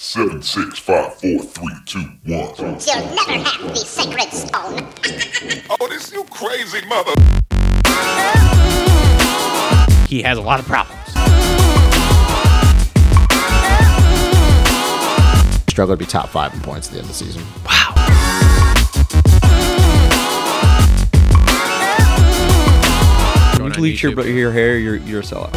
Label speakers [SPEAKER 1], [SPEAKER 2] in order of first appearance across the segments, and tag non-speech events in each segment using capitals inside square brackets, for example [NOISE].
[SPEAKER 1] Seven, six, five, four, three, two, one.
[SPEAKER 2] You'll never have the sacred stone.
[SPEAKER 1] Oh, this you crazy mother.
[SPEAKER 3] He has a lot of problems.
[SPEAKER 4] Struggle to be top five in points at the end of the season.
[SPEAKER 5] Going
[SPEAKER 6] You
[SPEAKER 5] on
[SPEAKER 6] bleach your,
[SPEAKER 5] YouTube.
[SPEAKER 6] your hair, you're, you're a sellout.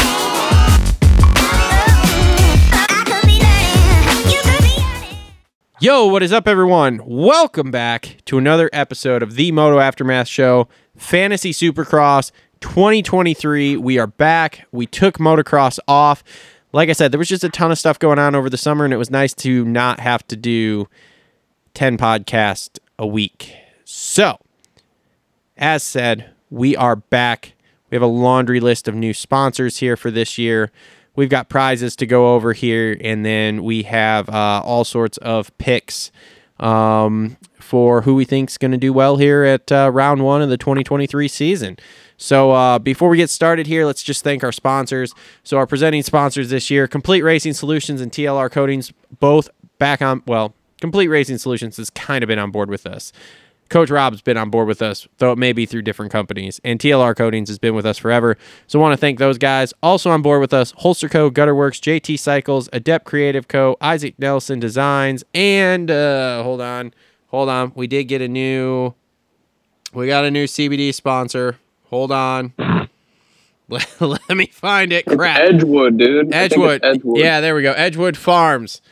[SPEAKER 5] Yo, what is up, everyone? Welcome back to another episode of the Moto Aftermath Show, Fantasy Supercross 2023. We are back. We took motocross off. Like I said, there was just a ton of stuff going on over the summer, and it was nice to not have to do 10 podcasts a week. So, as said, we are back. We have a laundry list of new sponsors here for this year. We've got prizes to go over here, and then we have uh, all sorts of picks um, for who we think's going to do well here at uh, round one of the 2023 season. So uh, before we get started here, let's just thank our sponsors. So our presenting sponsors this year: Complete Racing Solutions and TLR Coatings, both back on. Well, Complete Racing Solutions has kind of been on board with us. Coach Rob's been on board with us, though it may be through different companies. And TLR Coatings has been with us forever. So want to thank those guys. Also on board with us, Holster Co., Gutterworks, JT Cycles, Adept Creative Co., Isaac Nelson Designs, and uh, hold on, hold on. We did get a new, we got a new CBD sponsor. Hold on. [LAUGHS] let, let me find it. Crap.
[SPEAKER 7] Edgewood, dude. I think it's
[SPEAKER 5] Edgewood.
[SPEAKER 7] Edgewood.
[SPEAKER 5] Yeah, there we go. Edgewood Farms.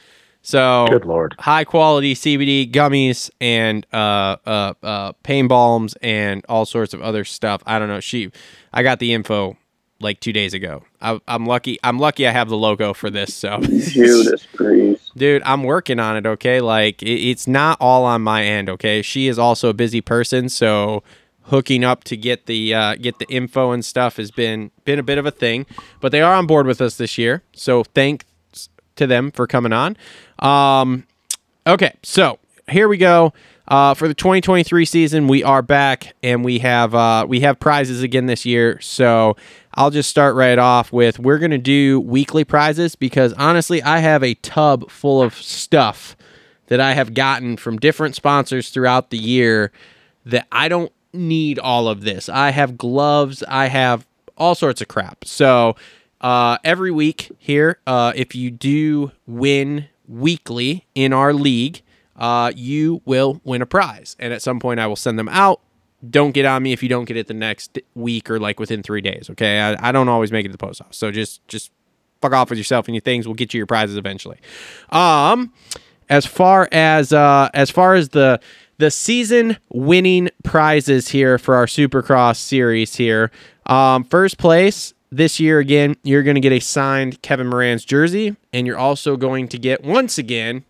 [SPEAKER 5] So
[SPEAKER 8] Good lord.
[SPEAKER 5] high quality CBD gummies and uh, uh, uh, pain balms and all sorts of other stuff. I don't know. She, I got the info like two days ago. I, I'm lucky. I'm lucky. I have the logo for this. So, [LAUGHS]
[SPEAKER 7] Judas Priest.
[SPEAKER 5] dude, I'm working on it. Okay, like it, it's not all on my end. Okay, she is also a busy person, so hooking up to get the uh, get the info and stuff has been been a bit of a thing. But they are on board with us this year, so thanks to them for coming on. Um, Okay, so here we go. Uh, for the 2023 season, we are back and we have uh, we have prizes again this year. So I'll just start right off with we're gonna do weekly prizes because honestly, I have a tub full of stuff that I have gotten from different sponsors throughout the year that I don't need all of this. I have gloves, I have all sorts of crap. So uh, every week here, uh, if you do win weekly in our league, uh, you will win a prize. And at some point, I will send them out. Don't get on me if you don't get it the next week or like within three days. Okay, I, I don't always make it to the post office, so just just fuck off with yourself and your things. We'll get you your prizes eventually. Um, as far as uh, as far as the the season winning prizes here for our Supercross series here. Um, first place this year again, you're going to get a signed Kevin Moran's jersey, and you're also going to get once again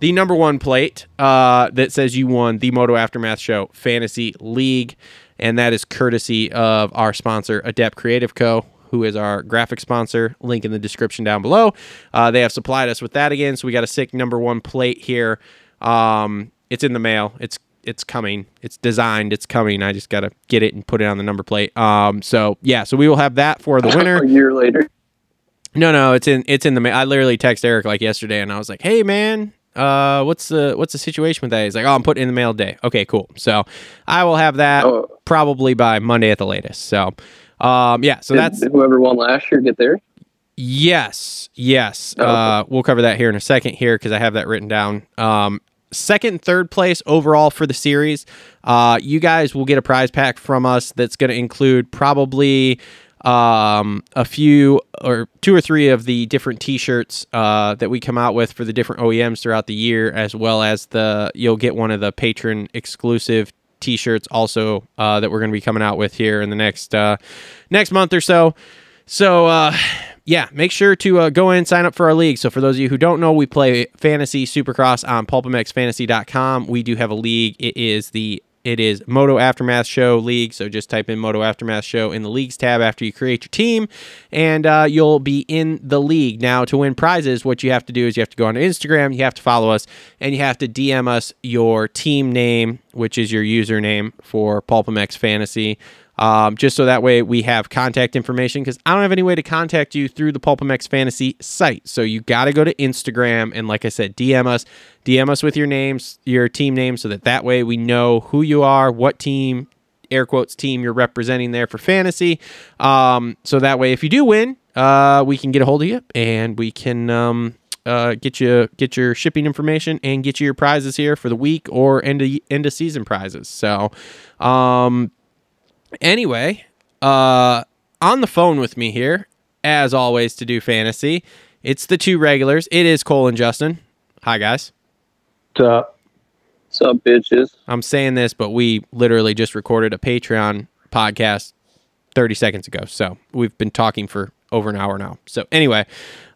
[SPEAKER 5] the number one plate uh, that says you won the Moto Aftermath Show Fantasy League, and that is courtesy of our sponsor Adept Creative Co. Who is our graphic sponsor? Link in the description down below. Uh, they have supplied us with that again, so we got a sick number one plate here. Um, it's in the mail. It's it's coming. It's designed. It's coming. I just gotta get it and put it on the number plate. Um, so yeah, so we will have that for the winner.
[SPEAKER 7] A year later.
[SPEAKER 5] No, no, it's in it's in the. ma- I literally text Eric like yesterday, and I was like, "Hey, man, uh, what's the what's the situation with that?" He's like, "Oh, I'm putting it in the mail today." Okay, cool. So I will have that
[SPEAKER 7] Oh.
[SPEAKER 5] probably by Monday at the latest. So, um, yeah, so
[SPEAKER 7] Did,
[SPEAKER 5] that's
[SPEAKER 7] did whoever won last year get there?
[SPEAKER 5] Yes, yes.
[SPEAKER 7] okay.
[SPEAKER 5] Uh, we'll cover that here in a second here because I have that written down. Um, second, and third place overall for the series. Uh, you guys will get a prize pack from us that's going to include probably um, a few or two or three of the different T-shirts uh, that we come out with for the different OEMs throughout the year, as well as the you'll get one of the patron exclusive T-shirts also uh, that we're going to be coming out with here in the next uh, next month or so. So, uh, yeah, make sure to uh, go in, sign up for our league. So, for those of you who don't know, we play fantasy supercross on pulpamexfantasy.com. We do have a league. It is the it is Moto Aftermath Show League. So just type in Moto Aftermath Show in the leagues tab after you create your team, and uh, you'll be in the league. Now, to win prizes, what you have to do is you have to go on Instagram, you have to follow us, and you have to DM us your team name, which is your username for Pulpamex Fantasy. um, just so that way we have contact information because I don't have any way to contact you through the Pulpamex Fantasy site. So you got to go to Instagram and, like I said, DM us, DM us with your names, your team name, so that that way we know who you are, what team, air quotes team you're representing there for fantasy. Um, so that way, if you do win, uh, we can get a hold of you and we can um, uh, get you get your shipping information and get you your prizes here for the week or end of end of season prizes. So, um, anyway, uh, on the phone with me here, as always, to do fantasy. It's the two regulars. It is Cole and Justin. Hi guys.
[SPEAKER 7] What's up, bitches?
[SPEAKER 5] I'm saying this, but we literally just recorded a Patreon podcast 30 seconds ago. So we've been talking for over an hour now. So anyway,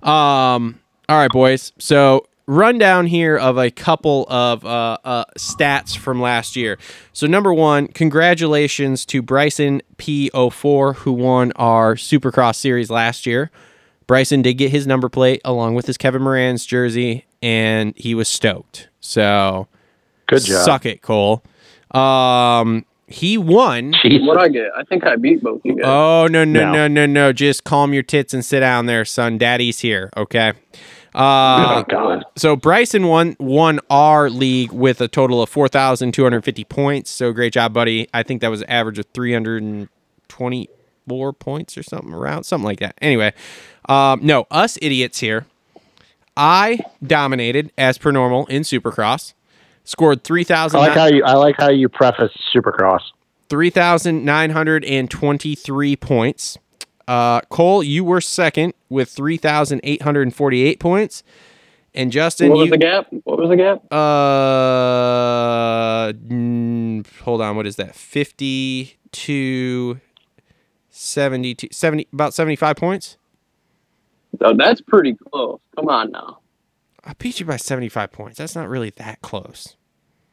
[SPEAKER 5] um, all right, boys. So rundown here of a couple of uh, uh, stats from last year. So number one, congratulations to Bryson P04 who won our Supercross series last year. Bryson did get his number plate along with his Kevin Moran's jersey, and he was stoked. So
[SPEAKER 6] Good job.
[SPEAKER 5] Suck it, Cole. Um, he won.
[SPEAKER 7] What I get? I think I beat both you guys.
[SPEAKER 5] Oh no no
[SPEAKER 6] No.
[SPEAKER 5] no no no! Just calm your tits and sit down there, son. Daddy's here. Okay. Uh,
[SPEAKER 6] oh God.
[SPEAKER 5] so Bryson won won our league with a total of four thousand two hundred fifty points. So great job, buddy. I think that was an average of three hundred and twenty four points or something around something like that. Anyway, um, no, us idiots here. I dominated as per normal in Supercross. Scored three
[SPEAKER 6] I
[SPEAKER 5] thousand.
[SPEAKER 6] like how you. I like how you preface Supercross.
[SPEAKER 5] 3,923 points. Uh, Cole, you were second with 3,848 points. And Justin,
[SPEAKER 7] what was
[SPEAKER 5] you.
[SPEAKER 7] the gap? What was the gap?
[SPEAKER 5] Uh, mm, hold on. What is that? 52, 72, 70, about 75 points?
[SPEAKER 7] Oh, that's pretty close. Come on now.
[SPEAKER 5] I beat you by 75 points. That's not really that close.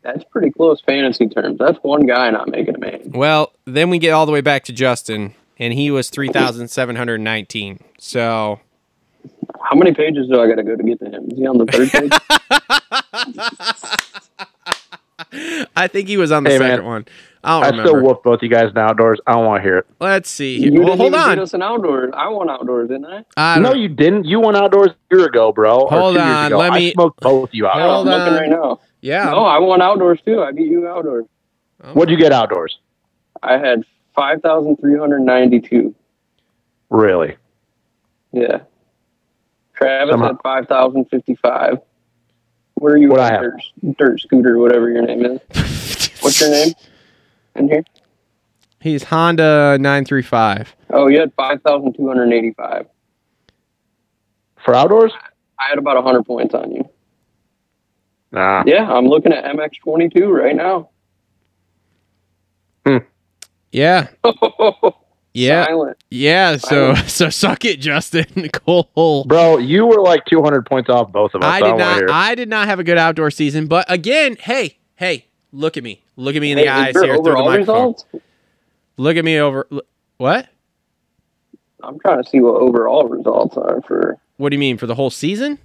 [SPEAKER 7] That's pretty close fantasy terms. That's one guy not making a man.
[SPEAKER 5] Well, then we get all the way back to Justin, and he was 3,719. So.
[SPEAKER 7] How many pages do I got to go to get to him? Is he on
[SPEAKER 5] [LAUGHS]
[SPEAKER 7] the third page?
[SPEAKER 5] [LAUGHS] I think he was on the
[SPEAKER 6] Hey, man.
[SPEAKER 5] second one. I
[SPEAKER 6] I
[SPEAKER 5] don't
[SPEAKER 6] still
[SPEAKER 5] remember.
[SPEAKER 6] whoop both you guys in outdoors. I don't want to hear it.
[SPEAKER 5] Let's see
[SPEAKER 7] you
[SPEAKER 5] here. Well, hold
[SPEAKER 7] didn't even get
[SPEAKER 5] on.
[SPEAKER 7] us an outdoors. I won outdoors, didn't I?
[SPEAKER 5] I
[SPEAKER 6] no,
[SPEAKER 5] don't-
[SPEAKER 6] you didn't. You went outdoors a year ago, bro. or
[SPEAKER 5] Hold
[SPEAKER 6] two years
[SPEAKER 5] on,
[SPEAKER 6] ago.
[SPEAKER 5] let
[SPEAKER 6] I
[SPEAKER 5] me-
[SPEAKER 6] smoked both you out.
[SPEAKER 5] Hold
[SPEAKER 7] I'm looking
[SPEAKER 5] on.
[SPEAKER 7] right now.
[SPEAKER 5] Yeah.
[SPEAKER 7] No, I won outdoors too. I beat you outdoors.
[SPEAKER 6] What'd you get outdoors?
[SPEAKER 7] I had five thousand three hundred ninety-two.
[SPEAKER 6] Really?
[SPEAKER 7] Yeah. Travis
[SPEAKER 6] Somehow-
[SPEAKER 7] had five thousand fifty-five. Where are you?
[SPEAKER 6] What'd
[SPEAKER 7] at,
[SPEAKER 6] I have?
[SPEAKER 7] Dirt, dirt scooter, whatever your name is. What's your name? In here.
[SPEAKER 5] [LAUGHS] He's Honda 935.
[SPEAKER 7] Oh, you had five thousand two hundred eighty-five.
[SPEAKER 6] For outdoors?
[SPEAKER 7] I had about hundred points on you.
[SPEAKER 6] Nah.
[SPEAKER 7] Yeah, I'm looking at MX twenty-two right now. [LAUGHS]
[SPEAKER 5] Yeah. Yeah.
[SPEAKER 7] Silent.
[SPEAKER 5] Yeah. So [LAUGHS] so suck it, Justin. [LAUGHS] Cole.
[SPEAKER 6] Bro, you were like 200 points off both of us. I,
[SPEAKER 5] I
[SPEAKER 6] don't
[SPEAKER 5] did
[SPEAKER 6] want to hear
[SPEAKER 5] not
[SPEAKER 6] it. [LAUGHS]
[SPEAKER 5] I did not have a good outdoor season, but again, hey, hey, look at me. Look at me in the
[SPEAKER 7] Hey,
[SPEAKER 5] eyes
[SPEAKER 7] is your
[SPEAKER 5] here through the
[SPEAKER 7] overall
[SPEAKER 5] microphone.
[SPEAKER 7] results?
[SPEAKER 5] Look at me over l- What?
[SPEAKER 7] I'm trying to see what overall results are for
[SPEAKER 5] What do you mean for the whole season?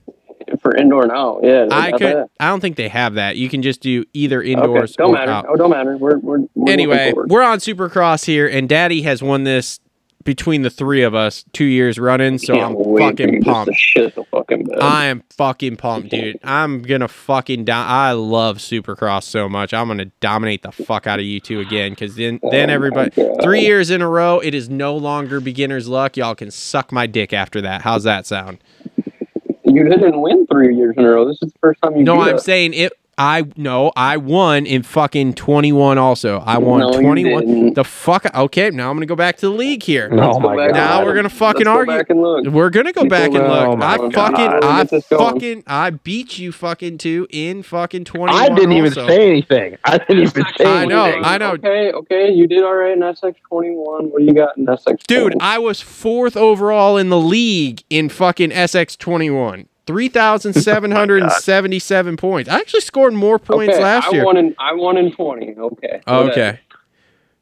[SPEAKER 7] for indoor and out. Yeah, they
[SPEAKER 5] I
[SPEAKER 7] got
[SPEAKER 5] could
[SPEAKER 7] that.
[SPEAKER 5] I don't think they have that. You can just do either
[SPEAKER 7] Okay,
[SPEAKER 5] indoors
[SPEAKER 7] don't
[SPEAKER 5] or
[SPEAKER 7] matter.
[SPEAKER 5] out.
[SPEAKER 7] Oh, don't matter. We're we're, we're
[SPEAKER 5] anyway,
[SPEAKER 7] looking forward.
[SPEAKER 5] we're on Supercross here, and Daddy has won this between the three of us two years running. So
[SPEAKER 7] Can't
[SPEAKER 5] I'm
[SPEAKER 7] wait for you
[SPEAKER 5] fucking
[SPEAKER 7] just
[SPEAKER 5] pumped.
[SPEAKER 7] To shit the fucking bed.
[SPEAKER 5] I am fucking pumped, dude. I'm gonna fucking die. I love Supercross so much. I'm gonna dominate the fuck out of you two again, because then
[SPEAKER 7] Oh
[SPEAKER 5] then
[SPEAKER 7] my
[SPEAKER 5] everybody
[SPEAKER 7] God.
[SPEAKER 5] three years in a row. It is no longer beginner's luck. Y'all can suck my dick after that. How's that sound?
[SPEAKER 7] you didn't win three years in a row. This is the first time you.
[SPEAKER 5] No,
[SPEAKER 7] do
[SPEAKER 5] I'm
[SPEAKER 7] that.
[SPEAKER 5] saying it. I no, I won in fucking 21. Also, I won
[SPEAKER 7] No, you
[SPEAKER 5] 21.
[SPEAKER 7] didn't.
[SPEAKER 5] The fuck. Okay, now I'm gonna go back to the league here.
[SPEAKER 6] No,
[SPEAKER 7] Let's go
[SPEAKER 6] Oh my
[SPEAKER 7] back
[SPEAKER 6] God.
[SPEAKER 5] Now
[SPEAKER 7] and-
[SPEAKER 5] we're gonna
[SPEAKER 7] let's
[SPEAKER 5] fucking
[SPEAKER 7] go
[SPEAKER 5] argue.
[SPEAKER 7] back and look.
[SPEAKER 5] We're gonna go
[SPEAKER 7] People
[SPEAKER 5] back and
[SPEAKER 6] will-
[SPEAKER 5] look.
[SPEAKER 6] Oh my
[SPEAKER 5] I
[SPEAKER 6] God.
[SPEAKER 5] fucking,
[SPEAKER 7] Let's
[SPEAKER 5] I
[SPEAKER 7] get this going.
[SPEAKER 5] fucking, I beat you fucking too in fucking twenty.
[SPEAKER 6] I didn't even say anything. [LAUGHS] I didn't even say
[SPEAKER 5] I know,
[SPEAKER 6] anything.
[SPEAKER 5] I know.
[SPEAKER 7] Okay, okay, you did all right in SX twenty one. What do you got in SX?
[SPEAKER 5] dude. I was fourth overall in the league in fucking SX twenty one. Three thousand seven hundred and seventy-seven points. I actually scored more points
[SPEAKER 7] okay,
[SPEAKER 5] last
[SPEAKER 7] I
[SPEAKER 5] year.
[SPEAKER 7] won in I won in twenty. Okay.
[SPEAKER 5] Okay. Yeah.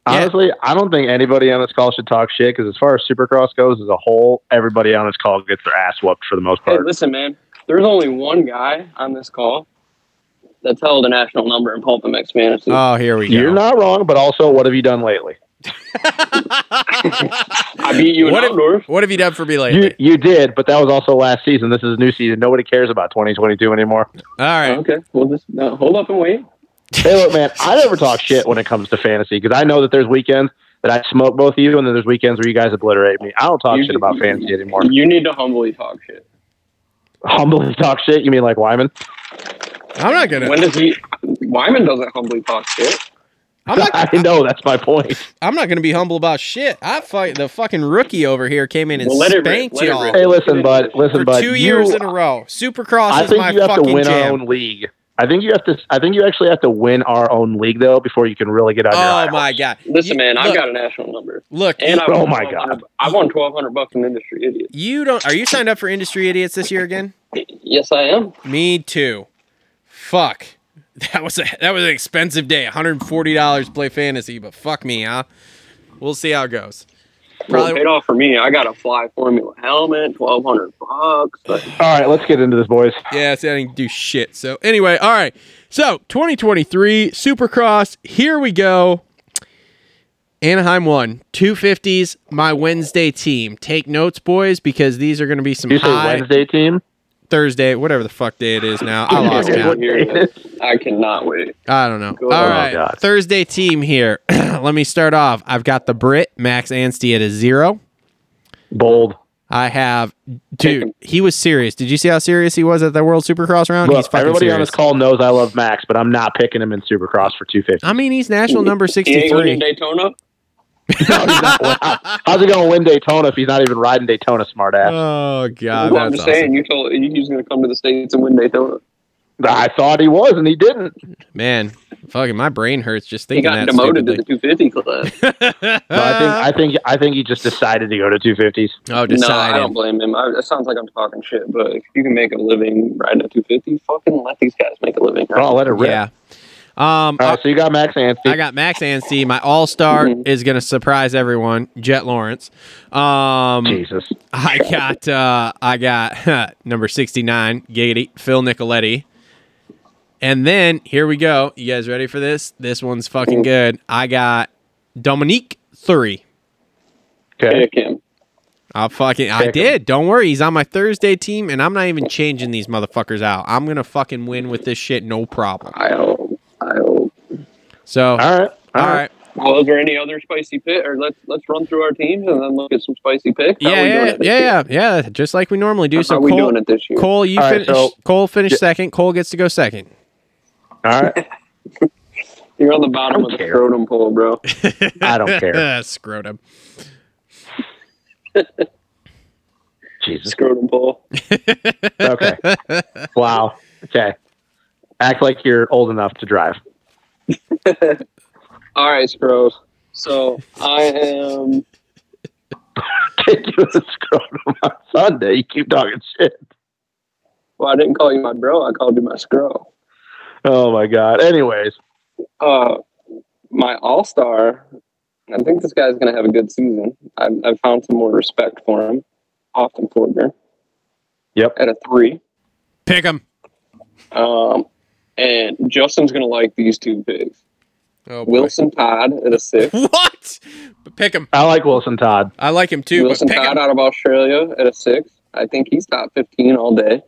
[SPEAKER 6] Honestly, I don't think anybody on this call should talk shit because as far as Supercross goes as a whole, everybody on this call gets their ass whooped for the most
[SPEAKER 7] Hey,
[SPEAKER 6] part.
[SPEAKER 7] listen, man. There's only one guy on this call that's held a national number in Pulp MX Fantasy.
[SPEAKER 5] Oh, here we go.
[SPEAKER 6] You're not wrong, but also, what have you done lately?
[SPEAKER 7] I beat you in
[SPEAKER 5] What have,
[SPEAKER 7] outdoors.
[SPEAKER 5] what have you done for me lately?
[SPEAKER 6] You you did, but that was also last season. This is new season. Nobody cares about 2022 anymore.
[SPEAKER 5] All right.
[SPEAKER 7] Okay, well, just no, hold up and wait.
[SPEAKER 6] Hey, look, man, I never talk shit when it comes to fantasy because I know that there's weekends that I smoke both of you, and then there's weekends where you guys obliterate me. I don't talk
[SPEAKER 7] You-
[SPEAKER 6] shit about fantasy anymore.
[SPEAKER 7] You need to humbly talk shit.
[SPEAKER 6] Humbly talk shit. You mean like Wyman? [LAUGHS]
[SPEAKER 5] I'm not gonna.
[SPEAKER 7] When does he? Wyman doesn't humbly talk shit.
[SPEAKER 5] I'm not.
[SPEAKER 6] I know that's my point.
[SPEAKER 5] I'm not gonna be humble about shit. I fight the fucking rookie over here came in and
[SPEAKER 7] Well, let it rip,
[SPEAKER 5] spanked
[SPEAKER 7] let it
[SPEAKER 5] y'all
[SPEAKER 7] rip.
[SPEAKER 6] Hey, listen, bud. Listen,
[SPEAKER 5] for
[SPEAKER 6] bud.
[SPEAKER 5] two
[SPEAKER 6] you-
[SPEAKER 5] years in a row. Supercross
[SPEAKER 6] I
[SPEAKER 5] is
[SPEAKER 6] think
[SPEAKER 5] my
[SPEAKER 6] you have to
[SPEAKER 5] fucking
[SPEAKER 6] win
[SPEAKER 5] jam.
[SPEAKER 6] our own league. I think you have to. I think you actually have to win our own league though before you can really get on your.
[SPEAKER 5] oh
[SPEAKER 6] high
[SPEAKER 5] my god!
[SPEAKER 7] Listen,
[SPEAKER 5] You-
[SPEAKER 7] man, I've
[SPEAKER 5] look-
[SPEAKER 7] got a national number,
[SPEAKER 5] Look,
[SPEAKER 7] and I
[SPEAKER 6] Oh
[SPEAKER 7] won
[SPEAKER 6] my
[SPEAKER 7] 1200 I won twelve hundred bucks in industry idiot.
[SPEAKER 5] you don't. Are you signed up for Industry Idiots this year again?
[SPEAKER 7] Yes, I am.
[SPEAKER 5] Me too. Fuck. [LAUGHS] That was a that was an expensive day. $140 to play fantasy, but fuck me, huh? We'll see how it goes.
[SPEAKER 7] Probably
[SPEAKER 5] Probably
[SPEAKER 7] paid off for me. I got a fly formula helmet, twelve hundred bucks. But
[SPEAKER 6] horse. All right, let's get into this, boys.
[SPEAKER 5] Yeah, see, I didn't do shit. So anyway, all right. So 2023 Supercross, here we go. Anaheim won 250s. My Wednesday team. Take notes, boys, because these are going to be some
[SPEAKER 6] You say
[SPEAKER 5] high
[SPEAKER 6] Wednesday team?
[SPEAKER 5] Thursday, whatever the fuck day it is now. I lost
[SPEAKER 6] Okay,
[SPEAKER 5] count.
[SPEAKER 6] what-
[SPEAKER 7] I cannot wait.
[SPEAKER 5] I don't know.
[SPEAKER 7] Good.
[SPEAKER 5] All
[SPEAKER 7] Oh,
[SPEAKER 5] right,
[SPEAKER 6] God.
[SPEAKER 5] Thursday team here. [CLEARS THROAT] Let me start off. I've got the Brit Max Anstey at a zero.
[SPEAKER 6] Bold.
[SPEAKER 5] I have, dude. He was serious. Did you see how serious he was at the World Supercross round? He's
[SPEAKER 6] Look,
[SPEAKER 5] fucking
[SPEAKER 6] everybody on
[SPEAKER 5] serious.
[SPEAKER 6] this call knows I love Max, but I'm not picking him in Supercross
[SPEAKER 5] [LAUGHS]
[SPEAKER 6] for 250.
[SPEAKER 5] I mean, he's national number
[SPEAKER 7] He ain't winning
[SPEAKER 5] sixty-three.
[SPEAKER 7] Daytona.
[SPEAKER 6] No, he's not. How's he going to win Daytona if he's not even riding Daytona, smartass?
[SPEAKER 5] Oh god,
[SPEAKER 7] Well, I'm
[SPEAKER 5] that's
[SPEAKER 7] just
[SPEAKER 5] awesome.
[SPEAKER 7] saying, you told you he was going to come to the states and win Daytona.
[SPEAKER 6] I thought he was, and he didn't.
[SPEAKER 5] man. Fucking, my brain hurts just
[SPEAKER 7] He
[SPEAKER 5] thinking
[SPEAKER 7] got
[SPEAKER 5] that.
[SPEAKER 7] demoted
[SPEAKER 5] stupidly.
[SPEAKER 7] to the 250 class.
[SPEAKER 6] No, I think I think I think he just decided to go to 250s.
[SPEAKER 5] oh,
[SPEAKER 7] no, I don't
[SPEAKER 5] [LAUGHS] decided.
[SPEAKER 7] blame him. I, it sounds like I'm talking shit, but if you can make a living riding a 250, fucking let these guys make a living.
[SPEAKER 6] Oh, I'll let it rip.
[SPEAKER 5] yeah. Um,
[SPEAKER 6] All right, so you got Max Anstey.
[SPEAKER 5] I got Max Anstey. My all-star
[SPEAKER 7] Mm-hmm.
[SPEAKER 5] is gonna surprise everyone. Jet Lawrence. Um,
[SPEAKER 6] Jesus.
[SPEAKER 5] I got uh I got [LAUGHS] number 69 Giggity Phil Nicoletti. And then here we go. You guys ready for this? This one's
[SPEAKER 7] Mm-hmm.
[SPEAKER 5] fucking good. I got Dominique Thury.
[SPEAKER 6] Okay.
[SPEAKER 7] Pick him.
[SPEAKER 5] I fucking I
[SPEAKER 6] Pick 'em.
[SPEAKER 5] did. Don't worry. He's on my Thursday team and I'm not even changing these motherfuckers out. I'm going to fucking win with this shit no problem.
[SPEAKER 7] I hope. I hope.
[SPEAKER 5] So
[SPEAKER 6] All right.
[SPEAKER 5] all right.
[SPEAKER 7] Well, is there any other spicy pit? Or let's let's run through our teams and then look at some spicy picks. How
[SPEAKER 5] Yeah,
[SPEAKER 7] we doing
[SPEAKER 5] yeah,
[SPEAKER 7] it this
[SPEAKER 5] yeah,
[SPEAKER 7] year?
[SPEAKER 5] yeah, yeah, just like we normally do.
[SPEAKER 7] How
[SPEAKER 5] So
[SPEAKER 7] we
[SPEAKER 5] Cole,
[SPEAKER 7] doing it this year?
[SPEAKER 5] Cole, you
[SPEAKER 6] All right,
[SPEAKER 5] finish.
[SPEAKER 6] so-
[SPEAKER 5] Cole finished second. Cole gets to go second.
[SPEAKER 6] All right.
[SPEAKER 7] You're on the bottom of the
[SPEAKER 6] care.
[SPEAKER 7] scrotum pole,
[SPEAKER 6] [LAUGHS]
[SPEAKER 7] bro.
[SPEAKER 6] I
[SPEAKER 5] [LAUGHS]
[SPEAKER 6] don't care.
[SPEAKER 5] Scrotum.
[SPEAKER 6] Jesus.
[SPEAKER 7] scrotum pole.
[SPEAKER 6] Okay. Wow. Okay. Act like you're old enough to drive. [LAUGHS]
[SPEAKER 7] All right, scros. So I am.
[SPEAKER 6] Can't do the scrotum on Sunday. You keep talking shit.
[SPEAKER 7] Well, I didn't call you my bro. I called you my scro.
[SPEAKER 6] Oh my god. Anyways,
[SPEAKER 7] uh, my all star, I think this guy's going to have a good season. I've, I've found some more respect for him. Austin Fortner.
[SPEAKER 6] Yep.
[SPEAKER 7] At a three.
[SPEAKER 5] [LAUGHS] Pick him.
[SPEAKER 7] Um, and Justin's going to like these two picks.
[SPEAKER 5] Oh, boy.
[SPEAKER 7] Wilson Todd at a six.
[SPEAKER 5] What? But pick him.
[SPEAKER 6] I like Wilson Todd.
[SPEAKER 5] I like him too,
[SPEAKER 7] Wilson
[SPEAKER 5] but pick
[SPEAKER 7] Todd
[SPEAKER 5] him.
[SPEAKER 7] out of Australia at a six. I think he's top 15 all day.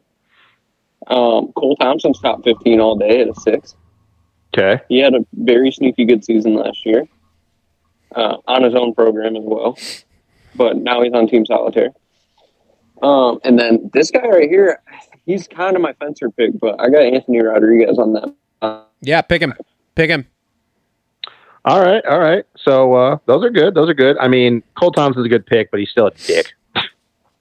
[SPEAKER 7] Um, Cole Thompson's top 15 all day at a six.
[SPEAKER 6] Okay.
[SPEAKER 7] He had a very sneaky good season last year uh, on his own program as well, but now he's on Team Solitaire. Um, and then this guy right here, he's kind of my fencer pick, but I got Anthony Rodriguez on that. Uh,
[SPEAKER 5] Yeah, pick him. Pick him.
[SPEAKER 6] All right. All right. So uh, those are good. Those are good. I mean, Cole Thompson's a good pick, but he's still a dick.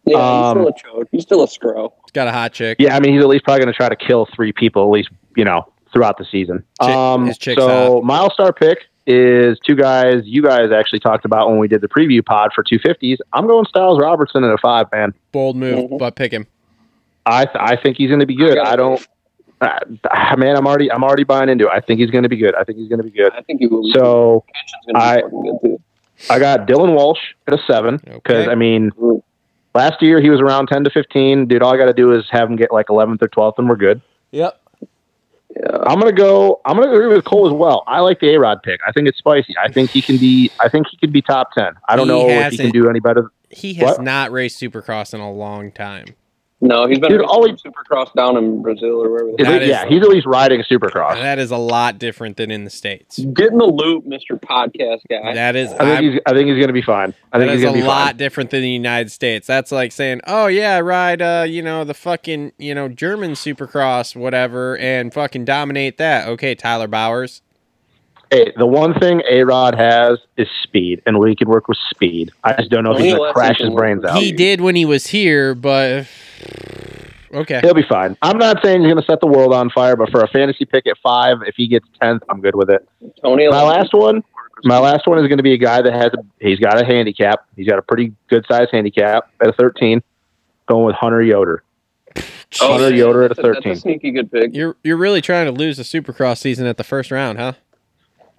[SPEAKER 7] yeah,
[SPEAKER 6] Um,
[SPEAKER 7] he's still a chode. He's still a scro.
[SPEAKER 5] He's got a hot chick.
[SPEAKER 6] Yeah. I mean, he's at least probably going to try to kill three people at least. You know, throughout the season.
[SPEAKER 5] Chick-
[SPEAKER 6] um.
[SPEAKER 5] his chick's
[SPEAKER 6] So my all-star pick is two guys you guys actually talked about when we did the preview pod for 250s. I'm going Styles Robertson at a five, man.
[SPEAKER 5] Bold move,
[SPEAKER 6] Mm-hmm.
[SPEAKER 7] Mhm.
[SPEAKER 5] but pick him.
[SPEAKER 6] I th- I think he's going to be good. I don't. Uh, man, I'm already I'm already buying into it. I think he's going to be good. I think he's going to be good.
[SPEAKER 7] I think he will be.
[SPEAKER 6] So
[SPEAKER 7] Kitchen's gonna be
[SPEAKER 6] I-
[SPEAKER 7] fucking good too.
[SPEAKER 6] I got Dylan Walsh at a seven because
[SPEAKER 5] Okay.
[SPEAKER 6] I mean, last year he was around ten to fifteen. Dude, all I got to do is have him get like eleventh or twelfth, and we're good.
[SPEAKER 5] Yep.
[SPEAKER 6] I'm gonna go. I'm gonna agree with Cole as well. I like the A Rod pick. I think it's spicy. I think he can be. I think he could be top ten. I don't
[SPEAKER 5] He
[SPEAKER 6] know if he
[SPEAKER 5] hasn't-
[SPEAKER 6] can do any better.
[SPEAKER 5] He has
[SPEAKER 6] What?
[SPEAKER 5] not raced Supercross in a long time.
[SPEAKER 7] No, he's been
[SPEAKER 6] Dude,
[SPEAKER 7] racing
[SPEAKER 6] always-
[SPEAKER 7] supercross down in Brazil or wherever.
[SPEAKER 6] Is
[SPEAKER 5] That
[SPEAKER 6] it-
[SPEAKER 5] is-
[SPEAKER 6] yeah, he's at least riding Supercross.
[SPEAKER 5] That is a lot different than in the states.
[SPEAKER 7] Get in the loop, Mister Podcast Guy.
[SPEAKER 5] That is
[SPEAKER 6] I
[SPEAKER 5] I-
[SPEAKER 6] think he's. I think he's gonna be fine. I think
[SPEAKER 5] that
[SPEAKER 6] he's
[SPEAKER 5] is a
[SPEAKER 6] gonna be
[SPEAKER 5] lot
[SPEAKER 6] fine.
[SPEAKER 5] different than the United States. That's like saying, "Oh yeah, I ride uh, you know, the fucking, you know, German Supercross whatever and fucking dominate that." Okay, Tyler Bowers.
[SPEAKER 6] Hey, the one thing A Rod has is speed, and we can work with speed. I just don't know if he's
[SPEAKER 7] Leo
[SPEAKER 6] gonna
[SPEAKER 7] Leslie
[SPEAKER 6] crash
[SPEAKER 7] can
[SPEAKER 6] his
[SPEAKER 7] work
[SPEAKER 6] brains
[SPEAKER 7] with
[SPEAKER 6] out.
[SPEAKER 5] He did when he was here, but okay.
[SPEAKER 6] He'll be fine. I'm not saying he's gonna set the world on fire, but for a fantasy pick at five, if he gets tenth, I'm good with it.
[SPEAKER 7] Tony,
[SPEAKER 6] My last one. My last one is going to be a guy that has a, he's got a handicap. He's got a pretty good sized handicap at a 13. Going with Hunter Yoder.
[SPEAKER 5] Oh,
[SPEAKER 6] Hunter Yoder at a
[SPEAKER 7] that's a-
[SPEAKER 6] 13.
[SPEAKER 7] That's a sneaky good pick.
[SPEAKER 5] You're you're really trying to lose the Supercross season at the first round, huh?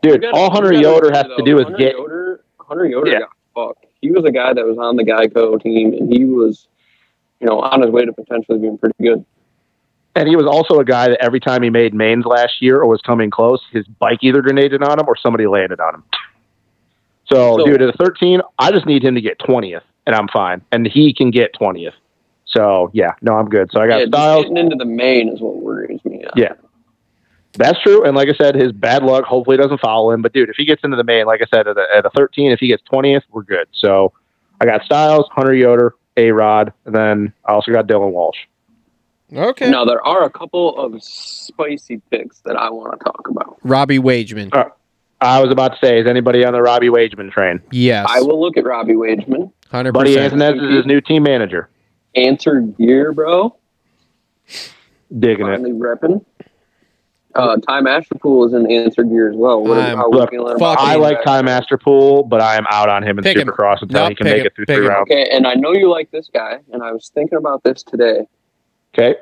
[SPEAKER 6] Dude,
[SPEAKER 7] You gotta-
[SPEAKER 6] all
[SPEAKER 7] you
[SPEAKER 6] Hunter
[SPEAKER 7] gotta
[SPEAKER 6] Yoder
[SPEAKER 7] remember,
[SPEAKER 6] has to
[SPEAKER 7] though,
[SPEAKER 6] do is
[SPEAKER 7] Hunter
[SPEAKER 6] get.
[SPEAKER 7] Yoder, Hunter Yoder
[SPEAKER 6] Yeah.
[SPEAKER 7] got fucked. He was a guy that was on the Geico team, and he was, you know, on his way to potentially being pretty good.
[SPEAKER 6] And he was also a guy that every time he made mains last year or was coming close, his bike either grenaded on him or somebody landed on him. So,
[SPEAKER 7] So-
[SPEAKER 6] dude, at a 13, I just need him to get 20th, and I'm fine. And he can get 20th. So, yeah, no, I'm good. So I got
[SPEAKER 7] yeah, just
[SPEAKER 6] Styles.
[SPEAKER 7] getting into the main is what worries me.
[SPEAKER 6] Yeah. That's true. And like I said, his bad luck hopefully doesn't follow him. But dude, if he gets into the main, like I said, at a, at a 13, if he gets 20th, we're good. So I got Styles, Hunter Yoder, A Rod, and then I also got Dylan Walsh.
[SPEAKER 5] Okay.
[SPEAKER 7] Now there are a couple of spicy picks that I want to talk about.
[SPEAKER 5] Robbie Wageman.
[SPEAKER 6] I was about to say, is anybody on the Robbie Wageman train?
[SPEAKER 5] Yes.
[SPEAKER 7] I will look at Robbie Wageman.
[SPEAKER 5] 100%.
[SPEAKER 6] Buddy Antonez is his new team manager.
[SPEAKER 7] Answer gear, bro.
[SPEAKER 6] Digging it.
[SPEAKER 7] Finally repping. Uh, Time Ashpool is in answer gear as well. What
[SPEAKER 5] I'm
[SPEAKER 7] how we
[SPEAKER 6] look,
[SPEAKER 7] feeling
[SPEAKER 5] fucking-
[SPEAKER 7] about
[SPEAKER 6] I
[SPEAKER 7] that?
[SPEAKER 6] like Ty Masterpool, but I am out on him in
[SPEAKER 5] Pick him.
[SPEAKER 6] Supercross until
[SPEAKER 5] No,
[SPEAKER 6] he can
[SPEAKER 5] pick
[SPEAKER 6] make
[SPEAKER 5] him.
[SPEAKER 6] it through
[SPEAKER 5] Pick
[SPEAKER 6] three
[SPEAKER 5] him.
[SPEAKER 6] rounds.
[SPEAKER 7] Okay, and I know you like this guy, and I was thinking about this today.
[SPEAKER 6] Okay.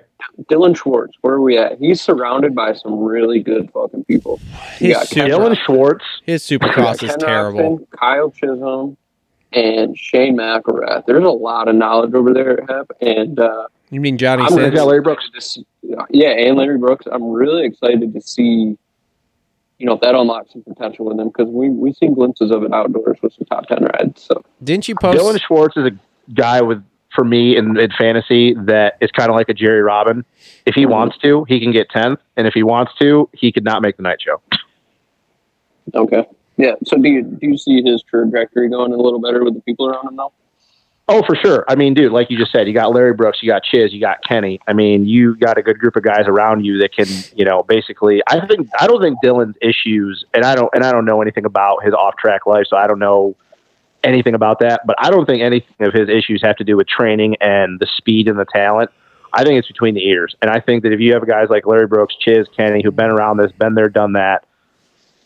[SPEAKER 7] Dylan Schwartz, where are we at? He's surrounded by some really good fucking people.
[SPEAKER 5] His,
[SPEAKER 7] Yeah,
[SPEAKER 5] super,
[SPEAKER 6] Dylan Schwartz.
[SPEAKER 5] his Supercross is
[SPEAKER 7] Ken
[SPEAKER 5] terrible.
[SPEAKER 7] Robson, Kyle Chisholm and Shane McElrath. There's a lot of knowledge over there, Hep, and uh,
[SPEAKER 5] You mean Johnny
[SPEAKER 7] I'm
[SPEAKER 6] really
[SPEAKER 5] Sins?
[SPEAKER 6] got Larry Brooks.
[SPEAKER 7] to see- yeah, and Larry Brooks. I'm really excited to see, you know, if that unlocks some potential with them because we we've seen glimpses of it outdoors with some top ten rides. So
[SPEAKER 5] Didn't you post?
[SPEAKER 6] Dylan Schwartz is a guy with, for me in, in fantasy, that is kind of like a Jerry Robin. If
[SPEAKER 5] Mm-hmm.
[SPEAKER 6] he wants to, he can get tenth, and if he wants to, he could not make the night show.
[SPEAKER 7] okay, yeah. So do you do you see his trajectory going a little better with the people around him now?
[SPEAKER 6] Oh, for sure. I mean, dude, like you just said, you got Larry Brooks, you got Chiz, you got Kenny. I mean, you got a good group of guys around you that can, you know, basically. I think I don't think Dylan's issues, and I don't, and I don't know anything about his off-track life, so I don't know anything about that. But I don't think anything of his issues have to do with training and the speed and the talent. I think it's between the ears, and I think that if you have guys like Larry Brooks, Chiz, Kenny, who've been around this, been there, done that,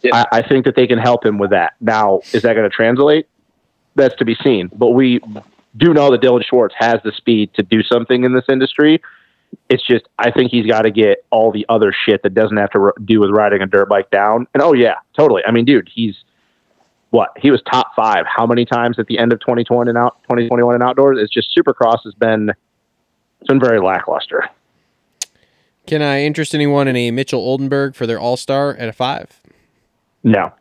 [SPEAKER 7] Yeah.
[SPEAKER 6] I, I think that they can help him with that. Now, is that going to translate? That's to be seen. But we do know that Dylan Schwartz has the speed to do something in this industry. It's just I think he's got to get all the other shit that doesn't have to r- do with riding a dirt bike down. And oh yeah, totally. I mean, dude, he's what he was top five how many times at the end of 2020 and out 2021 and outdoors? It's just Supercross has been it's been very lackluster.
[SPEAKER 5] Can I interest anyone in a Mitchell Oldenburg for their All Star at a five?
[SPEAKER 6] No,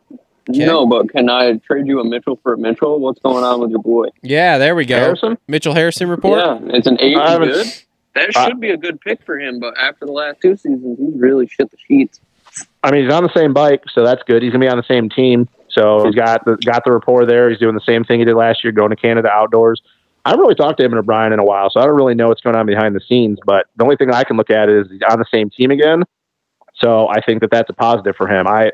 [SPEAKER 5] Okay.
[SPEAKER 7] No, but can I trade you a Mitchell for a Mitchell? What's going on with your boy?
[SPEAKER 5] Yeah, there we go.
[SPEAKER 6] Harrison.
[SPEAKER 5] Mitchell Harrison report.
[SPEAKER 7] Yeah, it's an eight.
[SPEAKER 6] I
[SPEAKER 7] and
[SPEAKER 6] haven't-
[SPEAKER 7] good. That
[SPEAKER 6] I-
[SPEAKER 7] should be a good pick for him, but after the last two seasons, he's really shit the sheets.
[SPEAKER 6] I mean, he's on the same bike, so that's good. He's gonna be on the same team, so he's got the got the rapport there. He's doing the same thing he did last year, going to Canada outdoors. I haven't really talked to him and O'Brien in a while, so I don't really know what's going on behind the scenes. But the only thing I can look at is he's on the same team again, so I think that that's a positive for him. I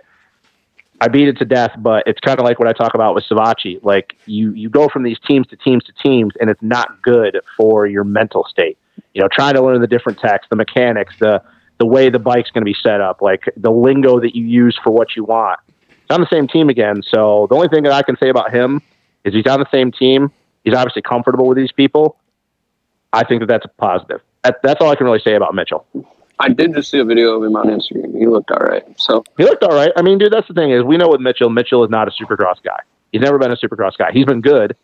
[SPEAKER 6] I beat it to death, but it's kind of like what I talk about with Savachi. Like you you go from these teams to teams to teams, and it's not good for your mental state. You know, trying to learn the different techs, the mechanics, the the way the bike's going to be set up, like the lingo that you use for what you want. It's on the same team again. So the only thing that I can say about him is he's on the same team. He's obviously comfortable with these people. I think that that's a positive. That, that's all I can really say about Mitchell.
[SPEAKER 7] I did just see a video of him on Instagram. He looked all right. So
[SPEAKER 6] He looked all right. I mean, dude, that's the thing is we know with Mitchell, Mitchell is not a supercross guy. He's never been a supercross guy. He's been good,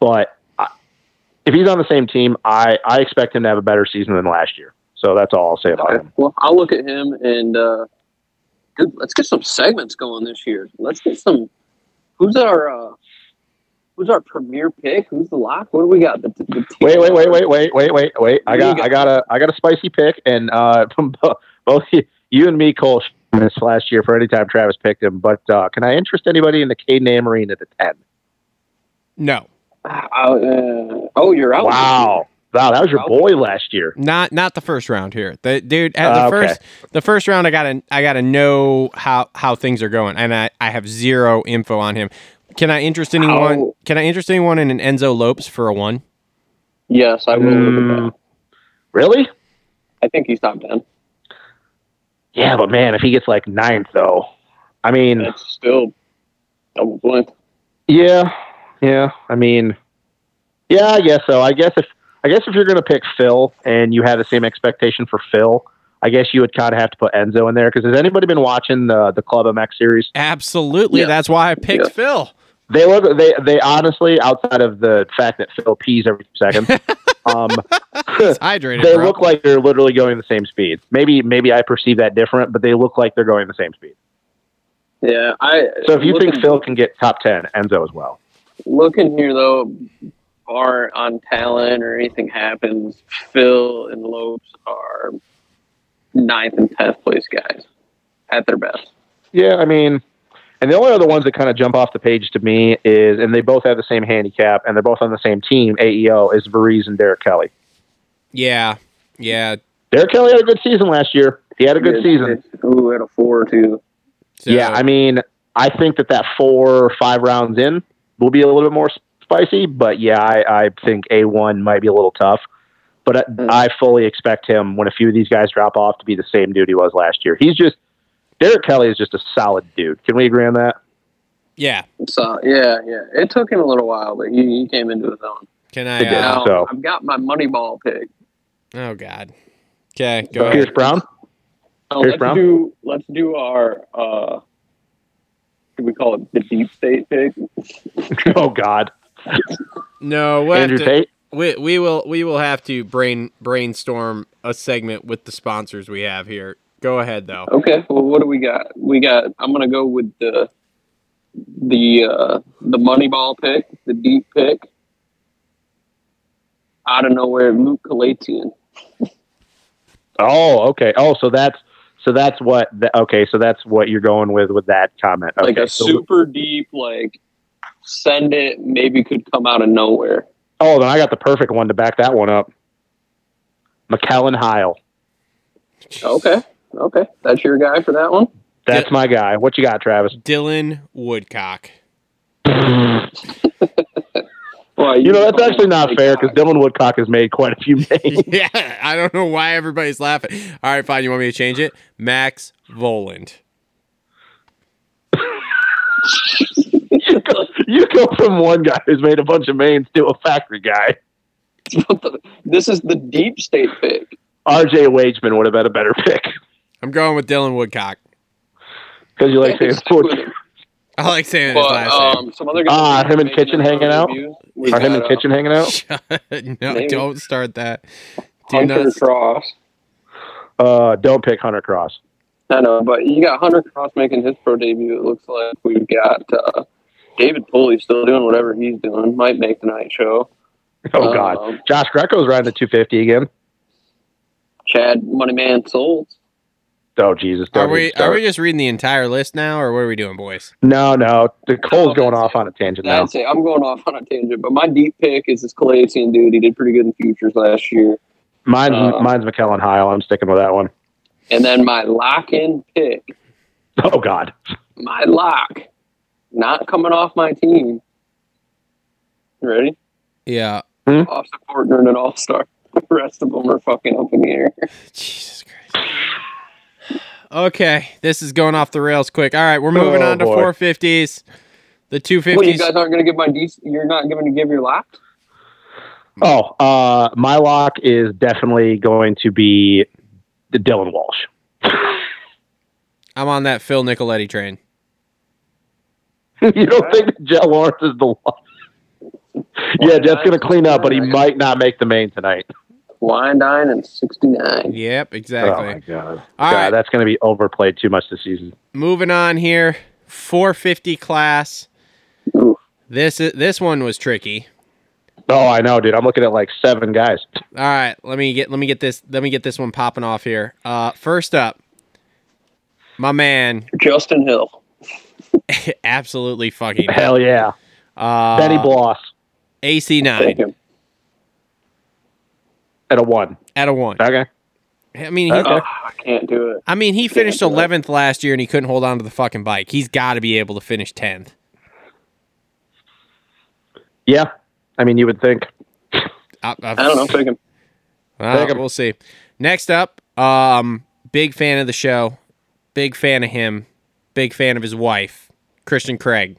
[SPEAKER 6] but I, if he's on the same team, I, I expect him to have a better season than last year. So that's all I'll say about him.
[SPEAKER 7] Well, I'll look at him and uh, dude, let's get some segments going this year. Let's get some. Who's our uh, Who's our premier pick? Who's the lock? What do we got? The, the, the team-
[SPEAKER 6] Wait, wait, wait, wait, wait, wait, wait, wait. I
[SPEAKER 7] What do
[SPEAKER 6] got,
[SPEAKER 7] you
[SPEAKER 6] I got a, I got a spicy pick, and uh, [LAUGHS] from bo- both you- you and me, Cole, sh- this last year for any time Travis picked him. But uh, can I interest anybody in the Caden Amarine at the ten?
[SPEAKER 5] No,
[SPEAKER 7] Uh, uh, oh, you're out.
[SPEAKER 6] Wow, wow, that was your boy last year.
[SPEAKER 5] not not the first round here. The dude at the
[SPEAKER 6] Uh, okay.
[SPEAKER 5] first the first round I got to I got to know how how things are going and I I have zero info on him. Can I interest anyone?
[SPEAKER 7] Ow.
[SPEAKER 5] Can I interest anyone in an Enzo Lopes for a one?
[SPEAKER 7] Yes, I will. look at
[SPEAKER 6] Mm.
[SPEAKER 7] that.
[SPEAKER 6] Really?
[SPEAKER 7] I think he's top ten.
[SPEAKER 6] Yeah, but man, if he gets like ninth though, I mean,
[SPEAKER 7] That's still double blunt.
[SPEAKER 6] yeah, yeah. I mean, yeah, I guess so. I guess if I guess if you're gonna pick Phil and you had the same expectation for Phil, I guess you would kind of have to put Enzo in there because has anybody been watching the the Club MX series?
[SPEAKER 5] Absolutely.
[SPEAKER 7] Yeah.
[SPEAKER 5] That's why I picked
[SPEAKER 7] Yeah.
[SPEAKER 5] Phil.
[SPEAKER 6] They look they they honestly outside of the fact that Phil pees every second. um,
[SPEAKER 5] Hydrated.
[SPEAKER 6] they
[SPEAKER 5] bro.
[SPEAKER 6] look like they're literally going the same speed. Maybe maybe I perceive that different, but they look like they're going the same speed.
[SPEAKER 7] Yeah, I.
[SPEAKER 6] So if you think
[SPEAKER 7] looking-
[SPEAKER 6] Phil can get top ten, Enzo as well.
[SPEAKER 7] looking here though, bar on talent or anything happens, Phil and Lopes are ninth and tenth place guys at their best.
[SPEAKER 6] Yeah, I mean, and the only other ones that kind of jump off the page to me is, and they both have the same handicap, and they're both on the same team, AEO, is Varese and Derek Kelly.
[SPEAKER 5] yeah. Yeah.
[SPEAKER 6] Derek Kelly had a good season last year. He had a good
[SPEAKER 7] It's-
[SPEAKER 6] season.
[SPEAKER 7] it's- Ooh, at a four or two.
[SPEAKER 5] So-
[SPEAKER 6] Yeah, I mean, I think that that four or five rounds in will be a little bit more spicy, but yeah, I, I think A1 might be a little tough. But I,
[SPEAKER 7] Mm.
[SPEAKER 6] I fully expect him, when a few of these guys drop off, to be the same dude he was last year. He's just, Derek Kelly is just a solid dude. Can we agree on that?
[SPEAKER 5] yeah.
[SPEAKER 7] So yeah, yeah. It took him a little while, but he, he came into his own.
[SPEAKER 5] Can I?
[SPEAKER 6] did.
[SPEAKER 5] Uh,
[SPEAKER 7] Now,
[SPEAKER 6] so-
[SPEAKER 7] I've got my Moneyball pick.
[SPEAKER 5] oh God. Okay. Go
[SPEAKER 6] Pierce
[SPEAKER 5] ahead.
[SPEAKER 6] Brown? [LAUGHS]
[SPEAKER 7] So
[SPEAKER 6] Pierce
[SPEAKER 7] let's
[SPEAKER 6] Brown?
[SPEAKER 7] do let's do our uh do we call it the deep state pick?
[SPEAKER 6] oh, God.
[SPEAKER 5] No. We'll have
[SPEAKER 6] Andrew
[SPEAKER 5] to-
[SPEAKER 6] Tate?
[SPEAKER 5] we we will we will have to brain brainstorm a segment with the sponsors we have here. Go ahead though.
[SPEAKER 7] Okay, well what do we got? We got I'm gonna go with the the uh the Moneyball pick, the deep pick. Out of nowhere, Luke Kalatian.
[SPEAKER 6] Oh, okay. Oh, so that's so that's what. The, okay, so that's what you're going with with that comment. Okay,
[SPEAKER 7] Like a
[SPEAKER 6] so-
[SPEAKER 7] super deep, like send it, maybe could come out of nowhere.
[SPEAKER 6] Oh, then I got the perfect one to back that one up. McKellen Heil.
[SPEAKER 7] Okay. Okay. That's your guy for that one?
[SPEAKER 6] That's
[SPEAKER 5] Yeah.
[SPEAKER 6] my guy. What you got, Travis?
[SPEAKER 5] Dylan Woodcock. [LAUGHS]
[SPEAKER 7] Well,
[SPEAKER 6] You know that's actually not
[SPEAKER 7] [LAUGHS]
[SPEAKER 6] fair because Dylan Woodcock has made quite a few names.
[SPEAKER 5] yeah, I don't know why everybody's laughing. All right, fine. You want me to change it? Max Voland.
[SPEAKER 6] you, go, you go from one guy who's made a bunch of names to a factory guy.
[SPEAKER 7] this is the deep state pick.
[SPEAKER 6] R.J. Wageman would have been a better pick
[SPEAKER 5] I'm going with Dylan Woodcock.
[SPEAKER 6] because you
[SPEAKER 7] [LAUGHS]
[SPEAKER 6] like saying
[SPEAKER 7] Stick
[SPEAKER 6] [LAUGHS]
[SPEAKER 7] with it.
[SPEAKER 5] I like saying his
[SPEAKER 7] But,
[SPEAKER 5] last [LAUGHS]
[SPEAKER 7] um, some other guys
[SPEAKER 6] Ah,
[SPEAKER 7] that
[SPEAKER 6] him and
[SPEAKER 7] making
[SPEAKER 6] Kitchen
[SPEAKER 7] their
[SPEAKER 6] hanging out?
[SPEAKER 7] debuts. We
[SPEAKER 6] Are him
[SPEAKER 7] got,
[SPEAKER 6] and
[SPEAKER 7] uh,
[SPEAKER 6] Kitchen hanging out?
[SPEAKER 5] name. no,
[SPEAKER 7] maybe.
[SPEAKER 5] don't start that. Do
[SPEAKER 7] Hunter
[SPEAKER 5] not.
[SPEAKER 7] Cross.
[SPEAKER 6] Uh, don't pick Hunter Cross.
[SPEAKER 7] I know, but you got Hunter Cross making his pro debut. It looks like we've got uh, David Pulley still doing whatever he's doing. Might make the night show.
[SPEAKER 6] Oh God,
[SPEAKER 7] Um,
[SPEAKER 6] Josh Greco's riding the 250 again.
[SPEAKER 7] Chad Moneyman Souls.
[SPEAKER 6] Oh Jesus!
[SPEAKER 5] Are
[SPEAKER 6] don't even
[SPEAKER 5] we
[SPEAKER 6] start.
[SPEAKER 5] are we just reading the entire list now, or what are we doing, boys?
[SPEAKER 6] No, no. The Cole's
[SPEAKER 7] No,
[SPEAKER 6] going
[SPEAKER 7] that's
[SPEAKER 6] off
[SPEAKER 7] it.
[SPEAKER 6] on a tangent now.
[SPEAKER 7] That's it. I'm going off on a tangent, but my deep pick is this Kalatian dude. He did pretty good in futures last year.
[SPEAKER 6] Mine's
[SPEAKER 7] Uh,
[SPEAKER 6] mine's McKellen Heil. I'm sticking with that one.
[SPEAKER 7] And then my lock in pick,
[SPEAKER 6] Oh God.
[SPEAKER 7] my lock, not coming off my team. You Ready?
[SPEAKER 5] Yeah.
[SPEAKER 7] Austin Portner and an all star. [LAUGHS] The rest of them are fucking up in the air.
[SPEAKER 5] Jesus Christ. Okay, this is going off the rails quick. All right, we're moving
[SPEAKER 6] Oh,
[SPEAKER 5] on to
[SPEAKER 6] boy.
[SPEAKER 5] 450s. The 250s.
[SPEAKER 7] What, you guys aren't going to give my DC? You're not going to give your lock?
[SPEAKER 6] Oh, uh, my lock is definitely going to be the Dylan Walsh. [LAUGHS]
[SPEAKER 5] I'm on that Phil Nicoletti train.
[SPEAKER 6] you don't think that Jet Lawrence is the lock? yeah, Jet's going to clean up, but he might not make the main tonight.
[SPEAKER 7] Blind Eye and 69.
[SPEAKER 5] Yep, exactly.
[SPEAKER 6] Oh my god.
[SPEAKER 5] All
[SPEAKER 6] god,
[SPEAKER 5] right.
[SPEAKER 6] that's going to be overplayed too much this season.
[SPEAKER 5] Moving on here. 450 class.
[SPEAKER 7] Oof.
[SPEAKER 5] This is, this one was tricky.
[SPEAKER 6] Oh, I know, dude. I'm looking at like seven guys.
[SPEAKER 5] All right, let me get let me get this let me get this one popping off here. Uh, first up, my man,
[SPEAKER 7] Justin Hill.
[SPEAKER 5] absolutely fucking
[SPEAKER 6] Hell yeah,
[SPEAKER 5] uh,
[SPEAKER 6] Benny Bloss
[SPEAKER 5] AC
[SPEAKER 7] Take
[SPEAKER 5] nine
[SPEAKER 7] him. [SIGHS]
[SPEAKER 6] at a one.
[SPEAKER 5] out of one.
[SPEAKER 6] Okay.
[SPEAKER 5] I mean, he,
[SPEAKER 6] Okay.
[SPEAKER 7] Oh, I can't do it.
[SPEAKER 5] I mean, he finished
[SPEAKER 7] do that.
[SPEAKER 5] 11th last year and he couldn't hold on to the fucking bike. He's got to be able to finish 10th.
[SPEAKER 6] Yeah. I mean, you would think.
[SPEAKER 5] I, I-
[SPEAKER 7] I don't know. Take him.
[SPEAKER 5] Well,
[SPEAKER 6] Take 'em.
[SPEAKER 5] we'll see. Next up, um, big fan of the show, big fan of him, big fan of his wife, Christian Craig,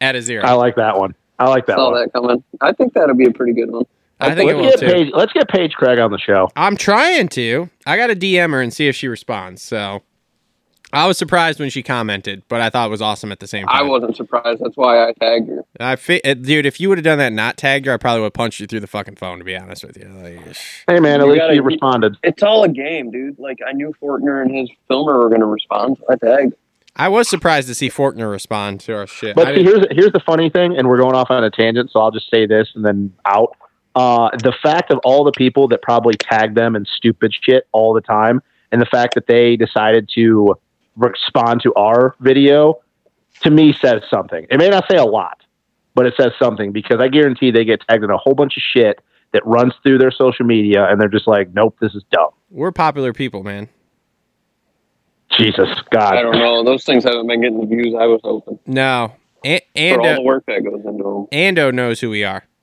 [SPEAKER 5] at a zero.
[SPEAKER 6] I like that one. I like that
[SPEAKER 7] Saw
[SPEAKER 6] one.
[SPEAKER 7] that coming. I think that'll be a pretty good one.
[SPEAKER 5] I think it will
[SPEAKER 6] let's, get
[SPEAKER 5] too.
[SPEAKER 6] Paige, let's get Paige Craig on the show.
[SPEAKER 5] I'm trying to. I got to DM her and see if she responds. So I was surprised when she commented, but I thought it was awesome at the same time.
[SPEAKER 7] I wasn't surprised. That's why I tagged her.
[SPEAKER 5] I fi- uh, dude, if you would have done that, and not tagged her, I probably would have punched you through the fucking phone. To be honest with you, like, sh-
[SPEAKER 6] Hey man, at
[SPEAKER 7] You
[SPEAKER 6] least
[SPEAKER 7] gotta-
[SPEAKER 6] you responded.
[SPEAKER 7] It's all a game, dude. Like I knew Fortner and his filmer were going to respond. So I tagged.
[SPEAKER 5] I was surprised to see Fortner respond to our shit. I
[SPEAKER 6] But see,
[SPEAKER 5] didn't-
[SPEAKER 6] here's here's the funny thing, and we're going off on a tangent, so I'll just say this and then out. Uh, the fact of all the people that probably tag them in stupid shit all the time, and the fact that they decided to respond to our video, to me says something. It may not say a lot, but it says something because I guarantee they get tagged in a whole bunch of shit that runs through their social media, and they're just like, "Nope, this is dumb."
[SPEAKER 5] we're popular people, man.
[SPEAKER 6] Jesus God,
[SPEAKER 7] I don't know. Those things haven't been getting the views I was hoping
[SPEAKER 5] No, and uh,
[SPEAKER 7] for all the
[SPEAKER 5] Ando,
[SPEAKER 7] work that goes into them.
[SPEAKER 5] Ando knows who we are, [LAUGHS]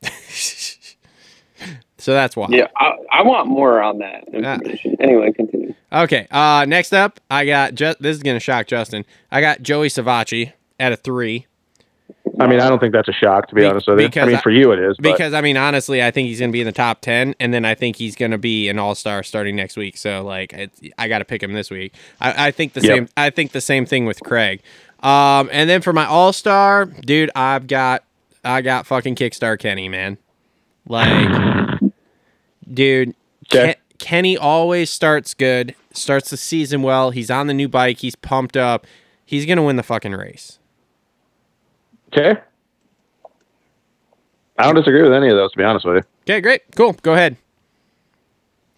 [SPEAKER 5] so that's why.
[SPEAKER 7] Yeah, I, I want more on that information. Anyway, continue.
[SPEAKER 5] Okay. Uh, next up, I got just this is gonna shock Justin. I got Joey Savacci at a three
[SPEAKER 6] I mean, I don't think that's a shock to be
[SPEAKER 5] Be-
[SPEAKER 6] honest with you. I
[SPEAKER 5] because
[SPEAKER 6] mean,
[SPEAKER 5] I-
[SPEAKER 6] for you it is, but
[SPEAKER 5] because I mean honestly, I think he's gonna be in the top ten, and then I think he's gonna be an All Star starting next week. So like, it's, I got to pick him this week. I, I think the
[SPEAKER 6] Yep.
[SPEAKER 5] same. I think the same thing with Craig. Um, and then for my All Star, dude, I've got I got fucking Kickstar Kenny, man. Like, dude,
[SPEAKER 6] Okay.
[SPEAKER 5] Ken- Kenny always starts good, starts the season well. He's on the new bike. He's pumped up. He's gonna win the fucking race.
[SPEAKER 6] okay. I don't disagree with any of those, to be honest with you.
[SPEAKER 5] Okay, great, cool. Go ahead,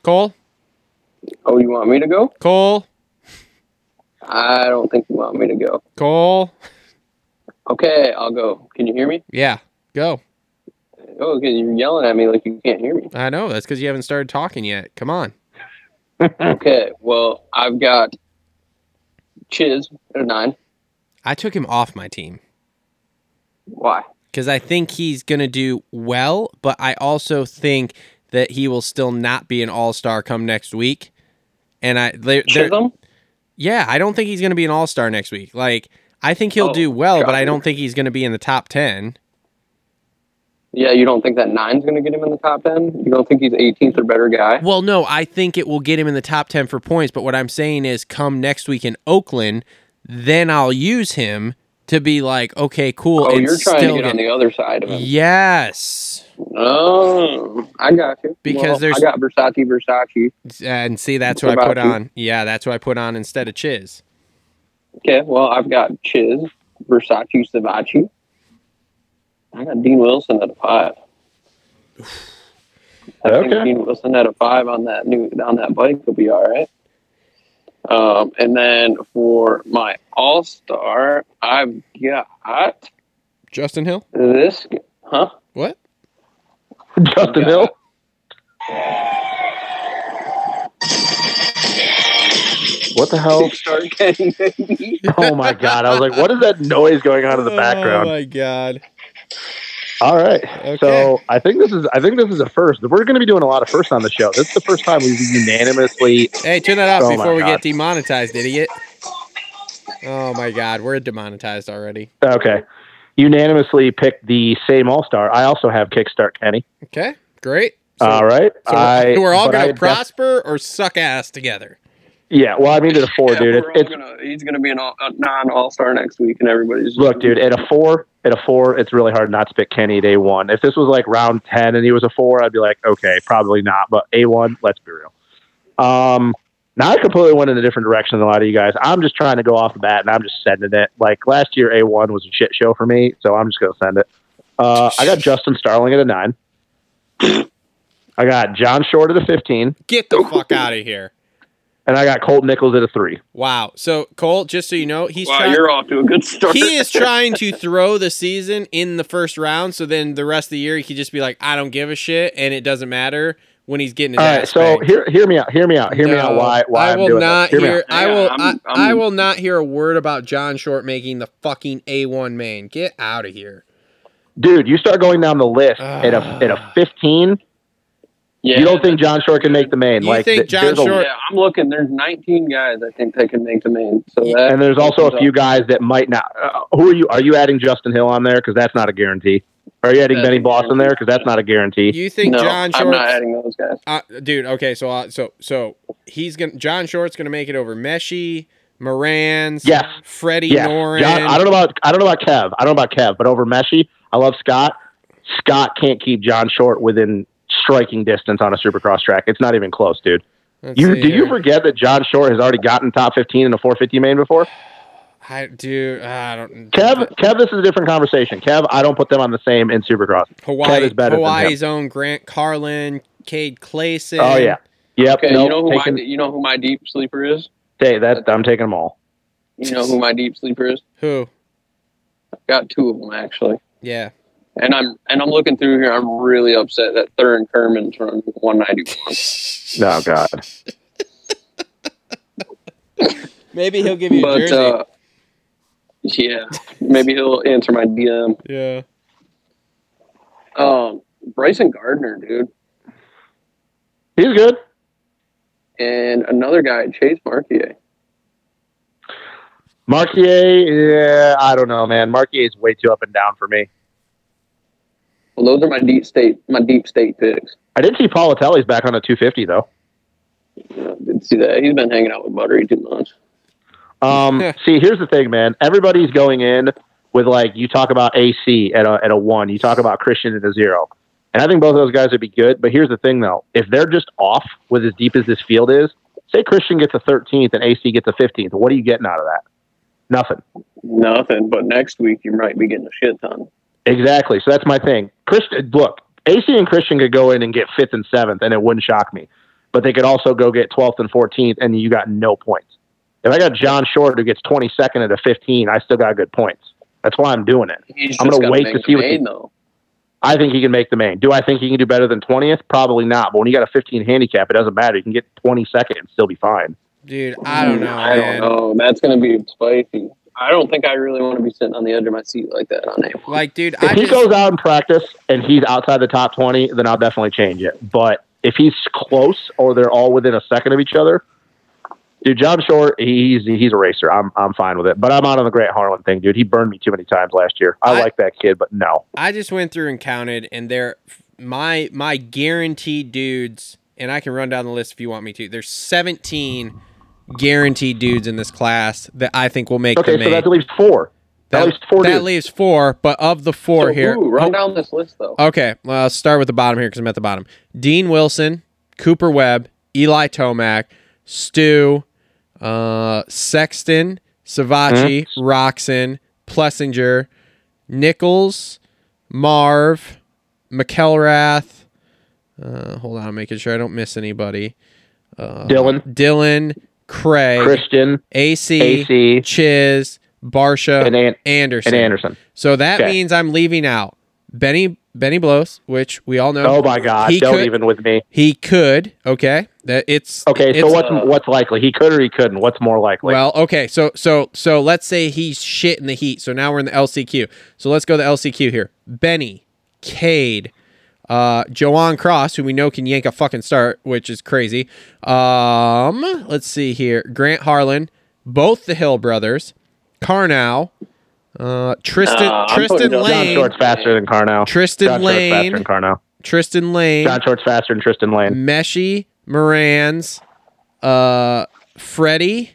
[SPEAKER 5] Cole.
[SPEAKER 7] Oh, you want me to go?
[SPEAKER 5] Cole.
[SPEAKER 7] I don't think you want me to go.
[SPEAKER 5] Cole.
[SPEAKER 7] Okay, I'll go. Can you hear me?
[SPEAKER 5] Yeah, go.
[SPEAKER 7] Oh, okay, you're yelling at me like you can't hear me.
[SPEAKER 5] I know that's because you haven't started talking yet. Come on.
[SPEAKER 7] Okay, well, I've got Chiz at a nine.
[SPEAKER 5] I took him off my team
[SPEAKER 7] Why?
[SPEAKER 5] because I think he's gonna do well, but I also think that he will still not be an all star come next week. And I, they
[SPEAKER 7] Chisholm?
[SPEAKER 5] yeah, I don't think he's gonna be an all star next week. Like I think he'll
[SPEAKER 7] Oh,
[SPEAKER 5] do well, but I
[SPEAKER 7] God.
[SPEAKER 5] don't think he's gonna be in the top ten.
[SPEAKER 7] Yeah, you don't think that nine's going to get him in the top ten? You don't think he's 18th or better guy?
[SPEAKER 5] Well, no, I think it will get him in the top 10 for points. But what I'm saying is, come next week in Oakland, then I'll use him to be like, okay, cool.
[SPEAKER 7] Oh,
[SPEAKER 5] and
[SPEAKER 7] you're trying to
[SPEAKER 5] still
[SPEAKER 7] get on
[SPEAKER 5] get-
[SPEAKER 7] the other side of him.
[SPEAKER 5] Yes.
[SPEAKER 7] Oh, I got you.
[SPEAKER 5] Because
[SPEAKER 7] Well,
[SPEAKER 5] there's-
[SPEAKER 7] I got Versace Versace.
[SPEAKER 5] And see, that's what I
[SPEAKER 7] About
[SPEAKER 5] put
[SPEAKER 7] you.
[SPEAKER 5] on. Yeah, that's what I put on instead of Chiz.
[SPEAKER 7] Okay, well, I've got Chiz, Versace Savachi. I got Dean Wilson at a five. I
[SPEAKER 6] Okay.
[SPEAKER 7] think Dean Wilson at a five on that new on that bike will be all right. Um, and then for my All Star, I've got
[SPEAKER 5] Justin Hill?
[SPEAKER 7] this. g- Huh?
[SPEAKER 5] What?
[SPEAKER 6] Justin Hill. What
[SPEAKER 5] [LAUGHS]
[SPEAKER 6] the hell?
[SPEAKER 7] Kickstarter Kenny, baby.
[SPEAKER 6] Oh my god! I was like, "What is that noise going on in the
[SPEAKER 5] Oh,
[SPEAKER 6] background?"
[SPEAKER 5] my God.
[SPEAKER 6] All right.
[SPEAKER 5] Okay.
[SPEAKER 6] So I think this is I think this is a first. We're going to be doing a lot of firsts on the show. This is the first time we've unanimously.
[SPEAKER 5] Hey, turn that off
[SPEAKER 6] Oh, my
[SPEAKER 5] before we
[SPEAKER 6] God.
[SPEAKER 5] get demonetized, idiot. Oh, my God. We're demonetized already.
[SPEAKER 6] Okay. Unanimously picked the same All Star. I also have Kickstart Kenny.
[SPEAKER 5] Okay, great. So,
[SPEAKER 6] all right.
[SPEAKER 5] so
[SPEAKER 6] I,
[SPEAKER 5] we're all
[SPEAKER 6] but
[SPEAKER 5] going
[SPEAKER 6] I
[SPEAKER 5] to
[SPEAKER 6] def-
[SPEAKER 5] prosper or suck ass together.
[SPEAKER 6] Yeah, well, I mean, at a four,
[SPEAKER 7] Yeah,
[SPEAKER 6] dude. It's,
[SPEAKER 7] we're all
[SPEAKER 6] it's
[SPEAKER 7] gonna- he's going to be an all, a non-all star next week, and everybody's
[SPEAKER 6] look, dude. At a four, at a four, it's really hard not to pick Kenny at a one. If this was like round ten and he was a four, I'd be like, okay, probably not. But a one, let's be real. Um, now I completely went in a different direction than a lot of you guys. I'm just trying to go off the bat, and I'm just sending it. Like last year, a one was a shit show for me, so I'm just gonna send it. Uh, I got Justin Starling at a nine. [CLEARS THROAT] I got John Short at a fifteen,
[SPEAKER 5] Get the fuck out of here.
[SPEAKER 6] and I got Colt Nichols at a three.
[SPEAKER 5] Wow. So Cole, just so you know, he's
[SPEAKER 7] Wow,
[SPEAKER 5] trying.
[SPEAKER 7] you're off to a good start.
[SPEAKER 5] he is trying to throw the season in the first round, so then the rest of the year he could just be like, "I don't give a shit," and it doesn't matter when he's getting his
[SPEAKER 6] All right,
[SPEAKER 5] ass
[SPEAKER 6] so
[SPEAKER 5] banged.
[SPEAKER 6] hear, hear me out. Hear me out. Hear me out.
[SPEAKER 5] No,
[SPEAKER 6] Why? Why
[SPEAKER 5] I
[SPEAKER 6] I'm
[SPEAKER 5] will
[SPEAKER 6] doing this.
[SPEAKER 5] not
[SPEAKER 6] Hear me out.
[SPEAKER 5] hear. I
[SPEAKER 7] Yeah,
[SPEAKER 5] will.
[SPEAKER 7] I'm-
[SPEAKER 5] I, I
[SPEAKER 7] I'm-
[SPEAKER 5] will not hear a word about John Short making the fucking A one man. Get out of here.
[SPEAKER 6] dude, you start going down the list at a at
[SPEAKER 5] Ah.
[SPEAKER 6] a fifteen.
[SPEAKER 7] [LAUGHS] yeah,
[SPEAKER 6] you don't think John Short can make the main?
[SPEAKER 5] You
[SPEAKER 6] like
[SPEAKER 5] think
[SPEAKER 6] th-
[SPEAKER 5] John
[SPEAKER 6] there's a-
[SPEAKER 5] Short-
[SPEAKER 7] Yeah, I'm looking. There's 19 guys I think that can make the main. So that
[SPEAKER 6] and there's also a few guys that might not. Uh, who are you? Are you adding Justin Hill on there? Because that's not a guarantee. Are you adding
[SPEAKER 7] That's
[SPEAKER 6] Benny
[SPEAKER 7] a
[SPEAKER 6] Bloss in there? Because that's not a guarantee.
[SPEAKER 5] You think
[SPEAKER 7] no,
[SPEAKER 5] John
[SPEAKER 7] I'm
[SPEAKER 5] Short?
[SPEAKER 7] not adding those guys.
[SPEAKER 5] Uh, dude, okay, so uh, so so he's gonna John Short's gonna make it over Meshi, Moran's,
[SPEAKER 6] Yes.
[SPEAKER 5] Freddie
[SPEAKER 6] Yeah,
[SPEAKER 5] Norin.
[SPEAKER 6] John, I don't know about I don't know about Kev. I don't know about Kev, but over Meshi, I love Scott. Scott can't keep John Short within striking distance on a Supercross track. It's not even close, dude.
[SPEAKER 5] Let's
[SPEAKER 6] You
[SPEAKER 5] see
[SPEAKER 6] do you
[SPEAKER 5] here.
[SPEAKER 6] forget that John Short has already gotten top fifteen in a four fifty main before?
[SPEAKER 5] I do. I don't.
[SPEAKER 6] Kev, Kev, this is a different conversation. Kev, I don't put them on the same in Supercross. Kev
[SPEAKER 5] Hawaii,
[SPEAKER 6] is better than
[SPEAKER 5] Hawaii's own Grant Carlin, Cade Clayson.
[SPEAKER 6] Oh yeah, yep.
[SPEAKER 7] Okay,
[SPEAKER 6] nope,
[SPEAKER 7] you know who
[SPEAKER 6] taking-
[SPEAKER 7] my you know who my deep sleeper is.
[SPEAKER 6] hey, that I'm taking them all.
[SPEAKER 7] You know who my deep sleeper is.
[SPEAKER 5] Who?
[SPEAKER 7] Got two of them actually,
[SPEAKER 5] Yeah.
[SPEAKER 7] and I'm and I'm looking through here. I'm really upset that Thurin Kerman's from 191.
[SPEAKER 6] [LAUGHS] Oh god,
[SPEAKER 5] Maybe he'll give you a
[SPEAKER 7] but
[SPEAKER 5] jersey.
[SPEAKER 7] uh, yeah, maybe he'll answer my DM.
[SPEAKER 5] yeah.
[SPEAKER 7] Um, Bryson Gardner, dude,
[SPEAKER 6] he's good.
[SPEAKER 7] and another guy, Chase Marquier.
[SPEAKER 6] Marquier, yeah, I don't know, man. Marquier is way too up and down for me.
[SPEAKER 7] Well, those are my deep state my deep state picks.
[SPEAKER 6] I did see Politelli's back on a 250 though.
[SPEAKER 7] Yeah, I did see that he's been hanging out with Buttery too much.
[SPEAKER 6] Um, see, here's the thing, man. Everybody's going in with like you talk about AC at a at a one, you talk about Christian at a zero, and I think both of those guys would be good. But here's the thing, though, if they're just off with as deep as this field is, say Christian gets a 13th and AC gets a 15th, what are you getting out of that? Nothing.
[SPEAKER 7] Nothing, but next week you might be getting a shit ton.
[SPEAKER 6] Exactly. So that's my thing. Christian, look, AC and Christian could go in and get fifth and seventh, and it wouldn't shock me. But they could also go get 12th and 14th, and you got no points. If I got John Short who gets 22nd at a 15, I still got good points. That's why I'm doing it.
[SPEAKER 7] He's
[SPEAKER 6] I'm
[SPEAKER 7] just
[SPEAKER 6] gonna
[SPEAKER 7] gotta
[SPEAKER 6] wait
[SPEAKER 7] make
[SPEAKER 6] to
[SPEAKER 7] the
[SPEAKER 6] see what
[SPEAKER 7] main,
[SPEAKER 6] he-
[SPEAKER 7] though.
[SPEAKER 6] I think he can make the main. Do I think he can do better than 20th? Probably not. But when you got a 15 handicap, it doesn't matter. You can get 22nd and still be fine.
[SPEAKER 5] Dude, I
[SPEAKER 7] Hmm.
[SPEAKER 5] don't know.
[SPEAKER 7] Mm, I
[SPEAKER 5] man.
[SPEAKER 7] don't know. That's gonna be spicy. I don't think I really want to be sitting on the edge of my seat like that on April.
[SPEAKER 5] Like, dude,
[SPEAKER 6] If
[SPEAKER 5] I
[SPEAKER 6] he
[SPEAKER 5] just.
[SPEAKER 6] goes out in practice and he's outside the top 20, then I'll definitely change it. But if he's close or they're all within a second of each other, dude, John Short, he's he's a racer. I'm I'm fine with it. But I'm out on the Grant Harlan thing, dude. He burned me too many times last year. I,
[SPEAKER 5] I-
[SPEAKER 6] like that kid, but no.
[SPEAKER 5] I just went through and counted, and there, my my guaranteed dudes, and I can run down the list if you want me to. There's 17 guaranteed dudes in this class that I think will make
[SPEAKER 6] Okay,
[SPEAKER 5] the
[SPEAKER 6] so
[SPEAKER 5] main.
[SPEAKER 6] that leaves four. That,
[SPEAKER 5] That-
[SPEAKER 6] leaves four.
[SPEAKER 5] that
[SPEAKER 6] dudes.
[SPEAKER 5] leaves four, but of the four
[SPEAKER 7] So,
[SPEAKER 5] here,
[SPEAKER 7] ooh, run
[SPEAKER 5] Oh,
[SPEAKER 7] down this list though.
[SPEAKER 5] Okay, well, I'll start with the bottom here because I'm at the bottom. Dean Wilson, Cooper Webb, Eli Tomac, Stu, uh, Sexton, Savachi,
[SPEAKER 6] Mm-hmm.
[SPEAKER 5] Roxon, Plessinger, Nichols, Marv, McElrath. Uh, hold on, I'm making sure I don't miss anybody. Uh,
[SPEAKER 6] Dylan.
[SPEAKER 5] Dylan, Craig,
[SPEAKER 6] Christian
[SPEAKER 5] AC,
[SPEAKER 6] AC.
[SPEAKER 5] Chiz, Barsha,
[SPEAKER 6] And An-
[SPEAKER 5] Anderson. Um,
[SPEAKER 6] and Anderson.
[SPEAKER 5] So that
[SPEAKER 6] Okay.
[SPEAKER 5] means I'm leaving out Benny Benny Blows, which we all know.
[SPEAKER 6] Oh my God!
[SPEAKER 5] he
[SPEAKER 6] Don't
[SPEAKER 5] could,
[SPEAKER 6] even with me.
[SPEAKER 5] He could. Okay, that it's
[SPEAKER 6] Okay, so
[SPEAKER 5] it's-
[SPEAKER 6] what's
[SPEAKER 7] uh,
[SPEAKER 6] what's likely? He could or he couldn't. What's more likely?
[SPEAKER 5] Well, okay, so so so let's say he's shit in the heat. So now we're in the LCQ. So let's go to the LCQ here. Benny, Cade, uh, Joanne Cross, who we know can yank a fucking start, which is crazy. Um, let's see here. Grant Harlan, both the Hill brothers, Carnow, uh, Tristan
[SPEAKER 7] Nah, I'm
[SPEAKER 5] Tristan
[SPEAKER 7] putting John
[SPEAKER 6] John
[SPEAKER 5] Lane,
[SPEAKER 6] Short's faster than Carnell.
[SPEAKER 5] Tristan
[SPEAKER 6] John
[SPEAKER 5] Lane.
[SPEAKER 6] Short's faster than Carnell.
[SPEAKER 5] Tristan Lane,
[SPEAKER 6] John Short's faster than Tristan Lane.
[SPEAKER 5] Meshi, Moran's, uh, Freddie,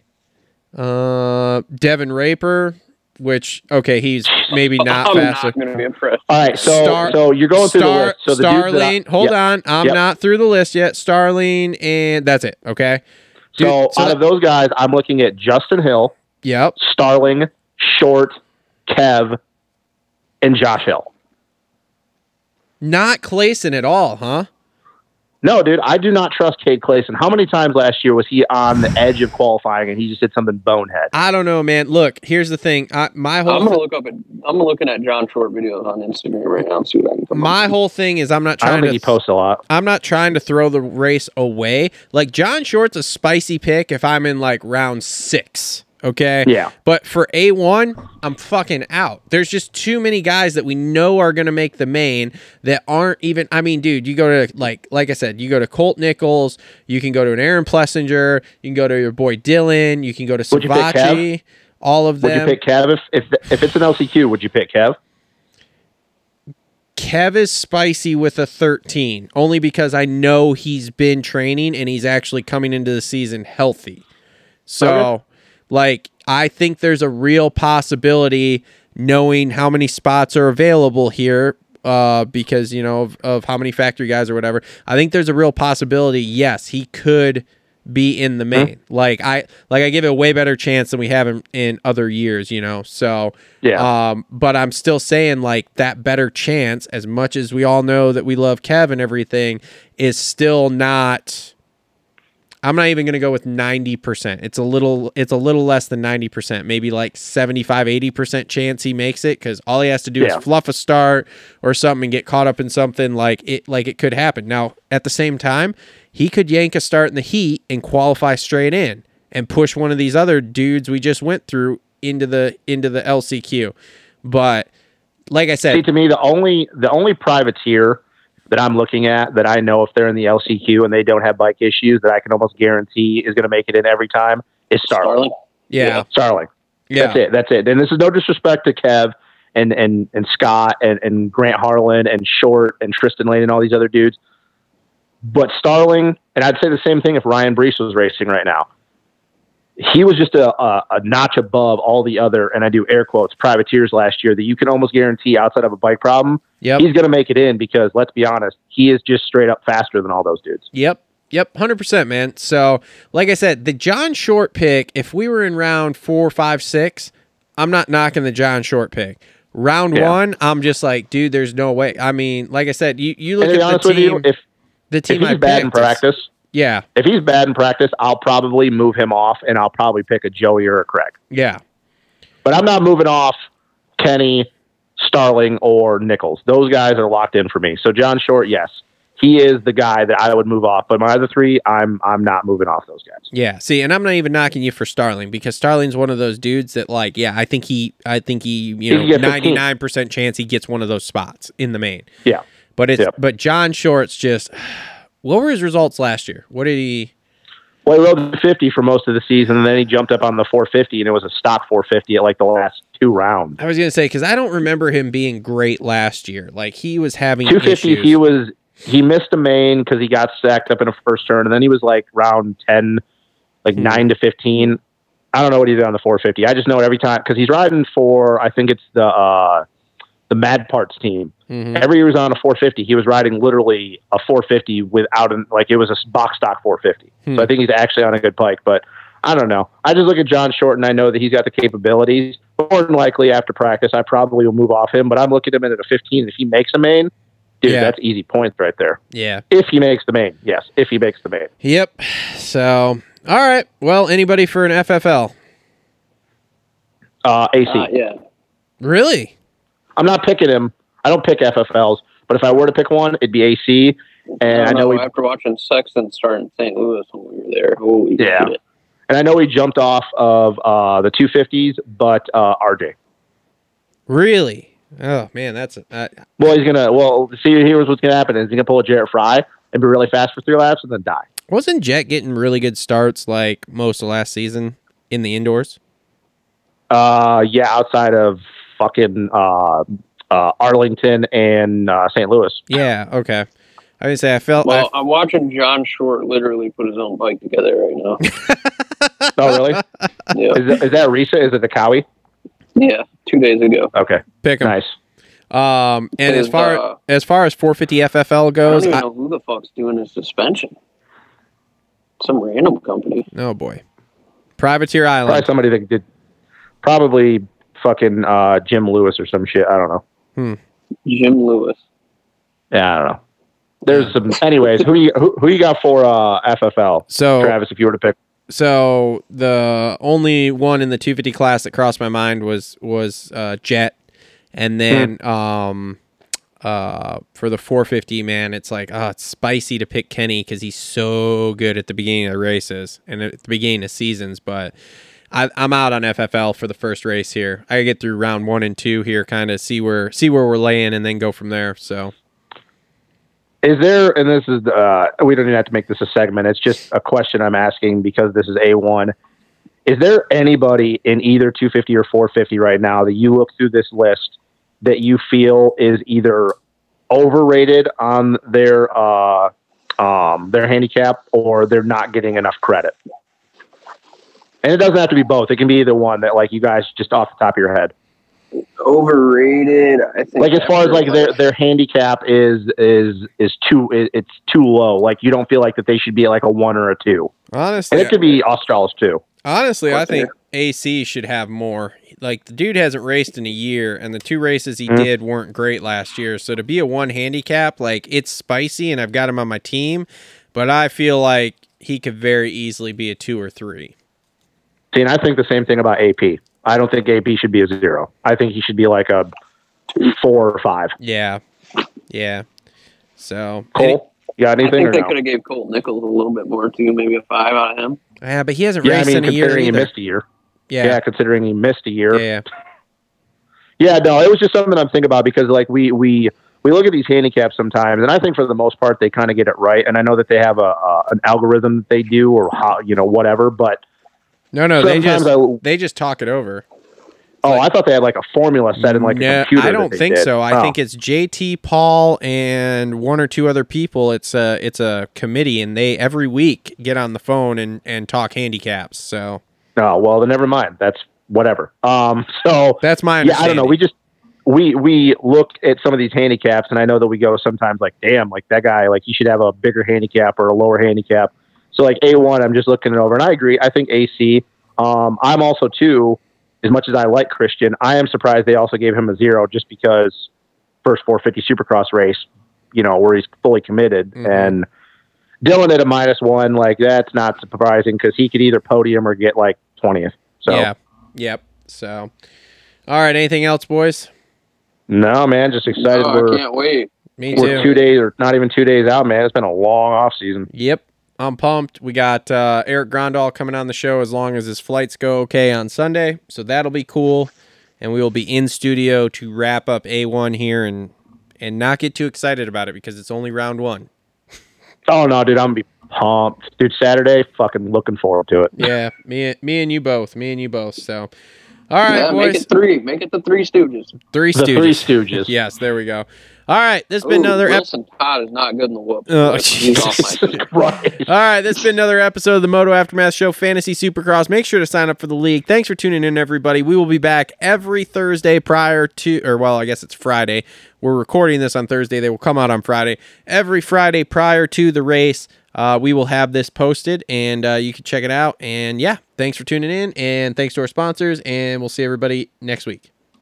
[SPEAKER 5] uh, Devin Raper, which okay, he's maybe not
[SPEAKER 7] I'm
[SPEAKER 5] faster.
[SPEAKER 7] not going to be impressed.
[SPEAKER 6] All right, so
[SPEAKER 5] Star-
[SPEAKER 6] so you're going through the
[SPEAKER 5] Star-
[SPEAKER 6] list. So the dudes that I-
[SPEAKER 5] Starling, hold
[SPEAKER 6] yeah.
[SPEAKER 5] on, I'm
[SPEAKER 6] Yep.
[SPEAKER 5] not through the list yet. Starling, and that's it. Okay. Dude,
[SPEAKER 6] so, out of those guys, I'm looking at Justin Hill,
[SPEAKER 5] yep,
[SPEAKER 6] Starling, Short, Kev, and Josh Hill.
[SPEAKER 5] not Clayson at all, huh?
[SPEAKER 6] No, dude, I do not trust Cade Clayson. How many times last year was he on the edge of qualifying and he just did something bonehead?
[SPEAKER 5] I don't know, man. Look, here's the thing. I, my whole
[SPEAKER 7] I'm going to look up at I'm looking at John Short videos on Instagram right now and see what I can come
[SPEAKER 5] my
[SPEAKER 7] up
[SPEAKER 5] whole thing is I'm not
[SPEAKER 6] I
[SPEAKER 5] trying
[SPEAKER 6] don't
[SPEAKER 5] to
[SPEAKER 6] think he posts a lot.
[SPEAKER 5] I'm not trying to throw the race away. Like John Short's a spicy pick if I'm in like round six. Okay.
[SPEAKER 6] Yeah.
[SPEAKER 5] But for A1, I'm fucking out. There's just too many guys that we know are going to make the main that aren't even. I mean, dude, you go to like, like I said, you go to Colt Nichols, you can go to an Aaron Plessinger, you can go to your boy Dylan, you can go to
[SPEAKER 6] Would you pick Kev?
[SPEAKER 5] Savachi, all of
[SPEAKER 6] Would
[SPEAKER 5] them.
[SPEAKER 6] you pick Kev if, if if it's an LCQ? Would you pick Kev?
[SPEAKER 5] Kev is spicy with a 13, only because I know he's been training and he's actually coming into the season healthy. So, like, I think there's a real possibility, knowing how many spots are available here, uh, because, you know, of, of how many factory guys or whatever, I think there's a real possibility, yes, he could be in the main. Like I like I give it a way better chance than we have in, in other years, you know. So
[SPEAKER 6] Yeah.
[SPEAKER 5] Um, but I'm still saying like that better chance, as much as we all know that we love Kev and everything, is still not I'm not even gonna go with ninety percent. It's a little it's a little less than ninety percent, maybe like 75, 80 percent chance he makes it because all he has to do
[SPEAKER 6] Yeah.
[SPEAKER 5] is fluff a start or something and get caught up in something like it like it could happen. Now at the same time, he could yank a start in the heat and qualify straight in and push one of these other dudes we just went through into the into the LCQ. But like I
[SPEAKER 6] See,
[SPEAKER 5] said,
[SPEAKER 6] to me, the only the only privateer that I'm looking at that I know if they're in the LCQ and they don't have bike issues that I can almost guarantee is going to make it in every time is
[SPEAKER 7] with.
[SPEAKER 6] Starling.
[SPEAKER 5] yeah,
[SPEAKER 6] Starling.
[SPEAKER 5] yeah,
[SPEAKER 6] That's it. That's it. And this is no disrespect to Kev and and and Scott and, and Grant Harlan and Short and Tristan Lane and all these other dudes. But Starling, and I'd say the same thing if Ryan Brees was racing right now. He was just a, a, a notch above all the other, and I do air quotes, privateers last year that you can almost guarantee outside of a bike problem,
[SPEAKER 5] yep.
[SPEAKER 6] he's going to make it in because let's be honest, he is just straight up faster than all those dudes.
[SPEAKER 5] Yep. Yep. 100%, man. So, like I said, the John Short pick, if we were in round four, five, six, I'm not knocking the John Short pick. Round
[SPEAKER 6] Yeah.
[SPEAKER 5] one, I'm just like, dude, there's no way. I mean, like I said, you, you look
[SPEAKER 6] And to be
[SPEAKER 5] at
[SPEAKER 6] honest
[SPEAKER 5] the
[SPEAKER 6] with
[SPEAKER 5] team,
[SPEAKER 6] you, if,
[SPEAKER 5] the
[SPEAKER 6] if
[SPEAKER 5] team I
[SPEAKER 6] he's bad in
[SPEAKER 5] picked is-
[SPEAKER 6] practice,
[SPEAKER 5] Yeah.
[SPEAKER 6] if he's bad in practice, I'll probably move him off, and I'll probably pick a Joey or a Craig.
[SPEAKER 5] Yeah.
[SPEAKER 6] But I'm not moving off Kenny, Starling, or Nichols. Those guys are locked in for me. So John Short, yes, he is the guy that I would move off. But my other three, I'm I'm not moving off those guys.
[SPEAKER 5] Yeah. See, and I'm not even knocking you for Starling because Starling's one of those dudes that, like, yeah, I think he, I think he, you know,
[SPEAKER 6] can get 15.
[SPEAKER 5] 99% chance he gets one of those spots in the main.
[SPEAKER 6] Yeah,
[SPEAKER 5] But it's,
[SPEAKER 6] Yep.
[SPEAKER 5] but John Short's just, [SIGHS] what were his results last year? What did he,
[SPEAKER 6] well, he rode the 50 for most of the season, and then he jumped up on the 450, and it was a stock 450 at like the last two rounds.
[SPEAKER 5] I was gonna say because I don't remember him being great last year. Like he was having
[SPEAKER 6] 250
[SPEAKER 5] issues.
[SPEAKER 6] he was he missed a main because he got stacked up in a first turn and then he was like round 10 like
[SPEAKER 5] Hmm.
[SPEAKER 6] 9 to 15 i don't know what he did on the 450 i just know it every time because he's riding for i think it's the uh the mad parts team
[SPEAKER 5] Mhm.
[SPEAKER 6] every year he was on a 450 he was riding literally a 450 without an like it was a s- box stock 450
[SPEAKER 5] Hmm.
[SPEAKER 6] so i think he's actually on a good pike but i don't know i just look at john short and i know that he's got the capabilities more than likely after practice i probably will move off him but i'm looking at him at a 15 if he makes a main dude
[SPEAKER 5] Yeah.
[SPEAKER 6] that's easy points right there
[SPEAKER 5] Yeah.
[SPEAKER 6] if he makes the main yes if he makes the main
[SPEAKER 5] Yep. So all right. Well, anybody for an FFL?
[SPEAKER 6] uh ac
[SPEAKER 7] Uh, yeah.
[SPEAKER 5] Really?
[SPEAKER 6] i'm not picking him i don't pick ffls but if i were to pick one it'd be ac and i know we
[SPEAKER 7] after watching Sexton start in St. Louis when we were there. Holy
[SPEAKER 6] Yeah.
[SPEAKER 7] shit.
[SPEAKER 6] and i know we jumped off of uh the 250s but uh rj
[SPEAKER 5] Really? Oh man, that's a, uh,
[SPEAKER 6] Well, he's gonna. Well, see, here's what's gonna happen: is he's gonna pull a Jarrett Fry and be really fast for three laps and then die.
[SPEAKER 5] wasn't Jet getting really good starts like most of last season in the indoors?
[SPEAKER 6] Uh, yeah, outside of fucking uh, uh, Arlington and uh, St. Louis.
[SPEAKER 5] Yeah. Okay. I would say I felt. [LAUGHS]
[SPEAKER 7] Well, I'm watching John Short literally put his own bike together right now.
[SPEAKER 6] Oh, really?
[SPEAKER 7] Yeah,
[SPEAKER 6] Is, that- is that recent? Is it the Cowie?
[SPEAKER 7] yeah, two days ago.
[SPEAKER 6] Okay,
[SPEAKER 5] Pick 'em.
[SPEAKER 6] nice.
[SPEAKER 5] Um, and as
[SPEAKER 7] Is,
[SPEAKER 5] far
[SPEAKER 7] uh,
[SPEAKER 5] as far as 450 FFL
[SPEAKER 7] I
[SPEAKER 5] goes,
[SPEAKER 7] don't even
[SPEAKER 5] I-
[SPEAKER 7] know who the fuck's doing his suspension. Some random company.
[SPEAKER 5] oh boy, Privateer Island.
[SPEAKER 6] Probably somebody that did, probably fucking uh, Jim Lewis or some shit. I don't know.
[SPEAKER 7] Jim Lewis.
[SPEAKER 6] Yeah, I don't know. There's some. Anyways, who you who, who you got for uh, FFL?
[SPEAKER 5] So
[SPEAKER 6] Travis, if you were to pick,
[SPEAKER 5] so the only one in the 250 class that crossed my mind was was uh, Jet, and then um, uh, for the 450 man, it's like ah, it's spicy to pick Kenny because he's so good at the beginning of the races and at the beginning of seasons, but. I, I'm out on FFL for the first race here. I get through round one and two here, kind of see where see where we're laying, and then go from there. So
[SPEAKER 6] is there? And this is uh, we don't even have to make this a segment. It's just a question I'm asking because this is a one. Is there anybody in either 250 or 450 right now that you look through this list that you feel is either overrated on their uh, um, their handicap or they're not getting enough credit? And it doesn't have to be both. It can be either one that like you guys just off the top of your head.
[SPEAKER 7] Overrated. I think.
[SPEAKER 6] like as far as like their their handicap is is is too it- it's too low. Like you don't feel like that they should be like a one or a two,
[SPEAKER 5] honestly,
[SPEAKER 6] and it could be Australis too.
[SPEAKER 5] Honestly, I
[SPEAKER 7] course they
[SPEAKER 5] think AC should have more. Like the dude hasn't raced in a year, and the two races he
[SPEAKER 6] Mm-hmm.
[SPEAKER 5] did weren't great last year. So to be a one handicap, like it's spicy, and I've got him on my team, but I feel like he could very easily be a two or three.
[SPEAKER 6] See, and I think the same thing about AP. I don't think AP should be a zero. I think he should be like a four or five.
[SPEAKER 5] Yeah, yeah. So and
[SPEAKER 6] Cole, you got
[SPEAKER 7] I
[SPEAKER 6] anything?
[SPEAKER 7] think
[SPEAKER 6] Or
[SPEAKER 7] they
[SPEAKER 6] no?
[SPEAKER 7] could have gave Colt Nichols a little bit more too, maybe a five out of him.
[SPEAKER 5] he- yeah, but he hasn't
[SPEAKER 6] Yeah, I
[SPEAKER 5] raced
[SPEAKER 6] mean,
[SPEAKER 5] in a year
[SPEAKER 6] considering he
[SPEAKER 5] either.
[SPEAKER 6] missed a year. Yeah.
[SPEAKER 5] yeah,
[SPEAKER 6] considering he missed a year.
[SPEAKER 5] yeah, yeah.
[SPEAKER 6] Yeah, no, it was just something I'm thinking about because like we we we look at these handicaps sometimes, and I think for the most part they kind of get it right. And I know that they have a uh, an algorithm that they do or how you know whatever, but
[SPEAKER 5] No, no, they
[SPEAKER 6] sometimes
[SPEAKER 5] just
[SPEAKER 6] I
[SPEAKER 5] they just talk it over.
[SPEAKER 6] oh I thought they had like a formula set in like a
[SPEAKER 5] No,
[SPEAKER 6] computer.
[SPEAKER 5] I
[SPEAKER 6] that
[SPEAKER 5] don't
[SPEAKER 6] they
[SPEAKER 5] think
[SPEAKER 6] did.
[SPEAKER 5] so. I
[SPEAKER 6] Oh.
[SPEAKER 5] think it's JT Paul and one or two other people. It's a it's a committee, and they every week get on the phone and and talk handicaps. So
[SPEAKER 6] no. Well, then never mind. That's whatever. Um, [LAUGHS] so
[SPEAKER 5] that's my
[SPEAKER 6] yeah, I
[SPEAKER 5] understanding.
[SPEAKER 6] don't know. We just we we look at some of these handicaps, and I know that we go sometimes like, damn, like that guy, like he should have a bigger handicap or a lower handicap. So like A one, I'm just looking it over, and I agree. I think AC. Um, I'm also too. As much as I like Christian, I am surprised they also gave him a zero just because first 450 Supercross race, you know, where he's fully committed
[SPEAKER 5] Mhm.
[SPEAKER 6] and. Dylan at a minus one, like that's not surprising because he could either podium or get like twentieth. So
[SPEAKER 5] Yeah. Yep. So, all right. Anything else, boys?
[SPEAKER 6] no, man, just excited.
[SPEAKER 7] Oh,
[SPEAKER 6] we're
[SPEAKER 7] I can't wait.
[SPEAKER 5] Me
[SPEAKER 6] We're two
[SPEAKER 5] too.
[SPEAKER 6] days or not even two days out, man. It's been a long off season.
[SPEAKER 5] Yep. I'm pumped. We got uh, Eric Grandal coming on the show as long as his flights go okay on Sunday. So that'll be cool. And we will be in studio to wrap up A1 here and and not get too excited about it because it's only round
[SPEAKER 7] [LAUGHS]
[SPEAKER 5] one.
[SPEAKER 6] Oh no, dude, I'm gonna be pumped, dude. Saturday, fucking looking forward to it.
[SPEAKER 5] Yeah, me, me and you both. Me and you both. So, all right,
[SPEAKER 7] yeah, make
[SPEAKER 5] boys.
[SPEAKER 7] it three. Make it the Three Stooges.
[SPEAKER 5] Three
[SPEAKER 6] The
[SPEAKER 5] Stooges.
[SPEAKER 6] Three
[SPEAKER 5] [LAUGHS]
[SPEAKER 6] Stooges.
[SPEAKER 5] Yes, there we go. All right, this has
[SPEAKER 7] Ooh,
[SPEAKER 5] been another. Ep-
[SPEAKER 7] Wilson Todd is not good in the whoop.
[SPEAKER 5] Oh,
[SPEAKER 7] He's off my
[SPEAKER 5] Jesus.
[SPEAKER 7] team.
[SPEAKER 6] Right.
[SPEAKER 5] All right, this has been another episode of the Moto Aftermath Show Fantasy Supercross. Make sure to sign up for the league. Thanks for tuning in, everybody. We will be back every Thursday prior to, or well, I guess it's Friday. We're recording this on Thursday. They will come out on Friday. Every Friday prior to the race, uh, we will have this posted and uh, you can check it out. And yeah, thanks for tuning in and thanks to our sponsors. And we'll see everybody next week.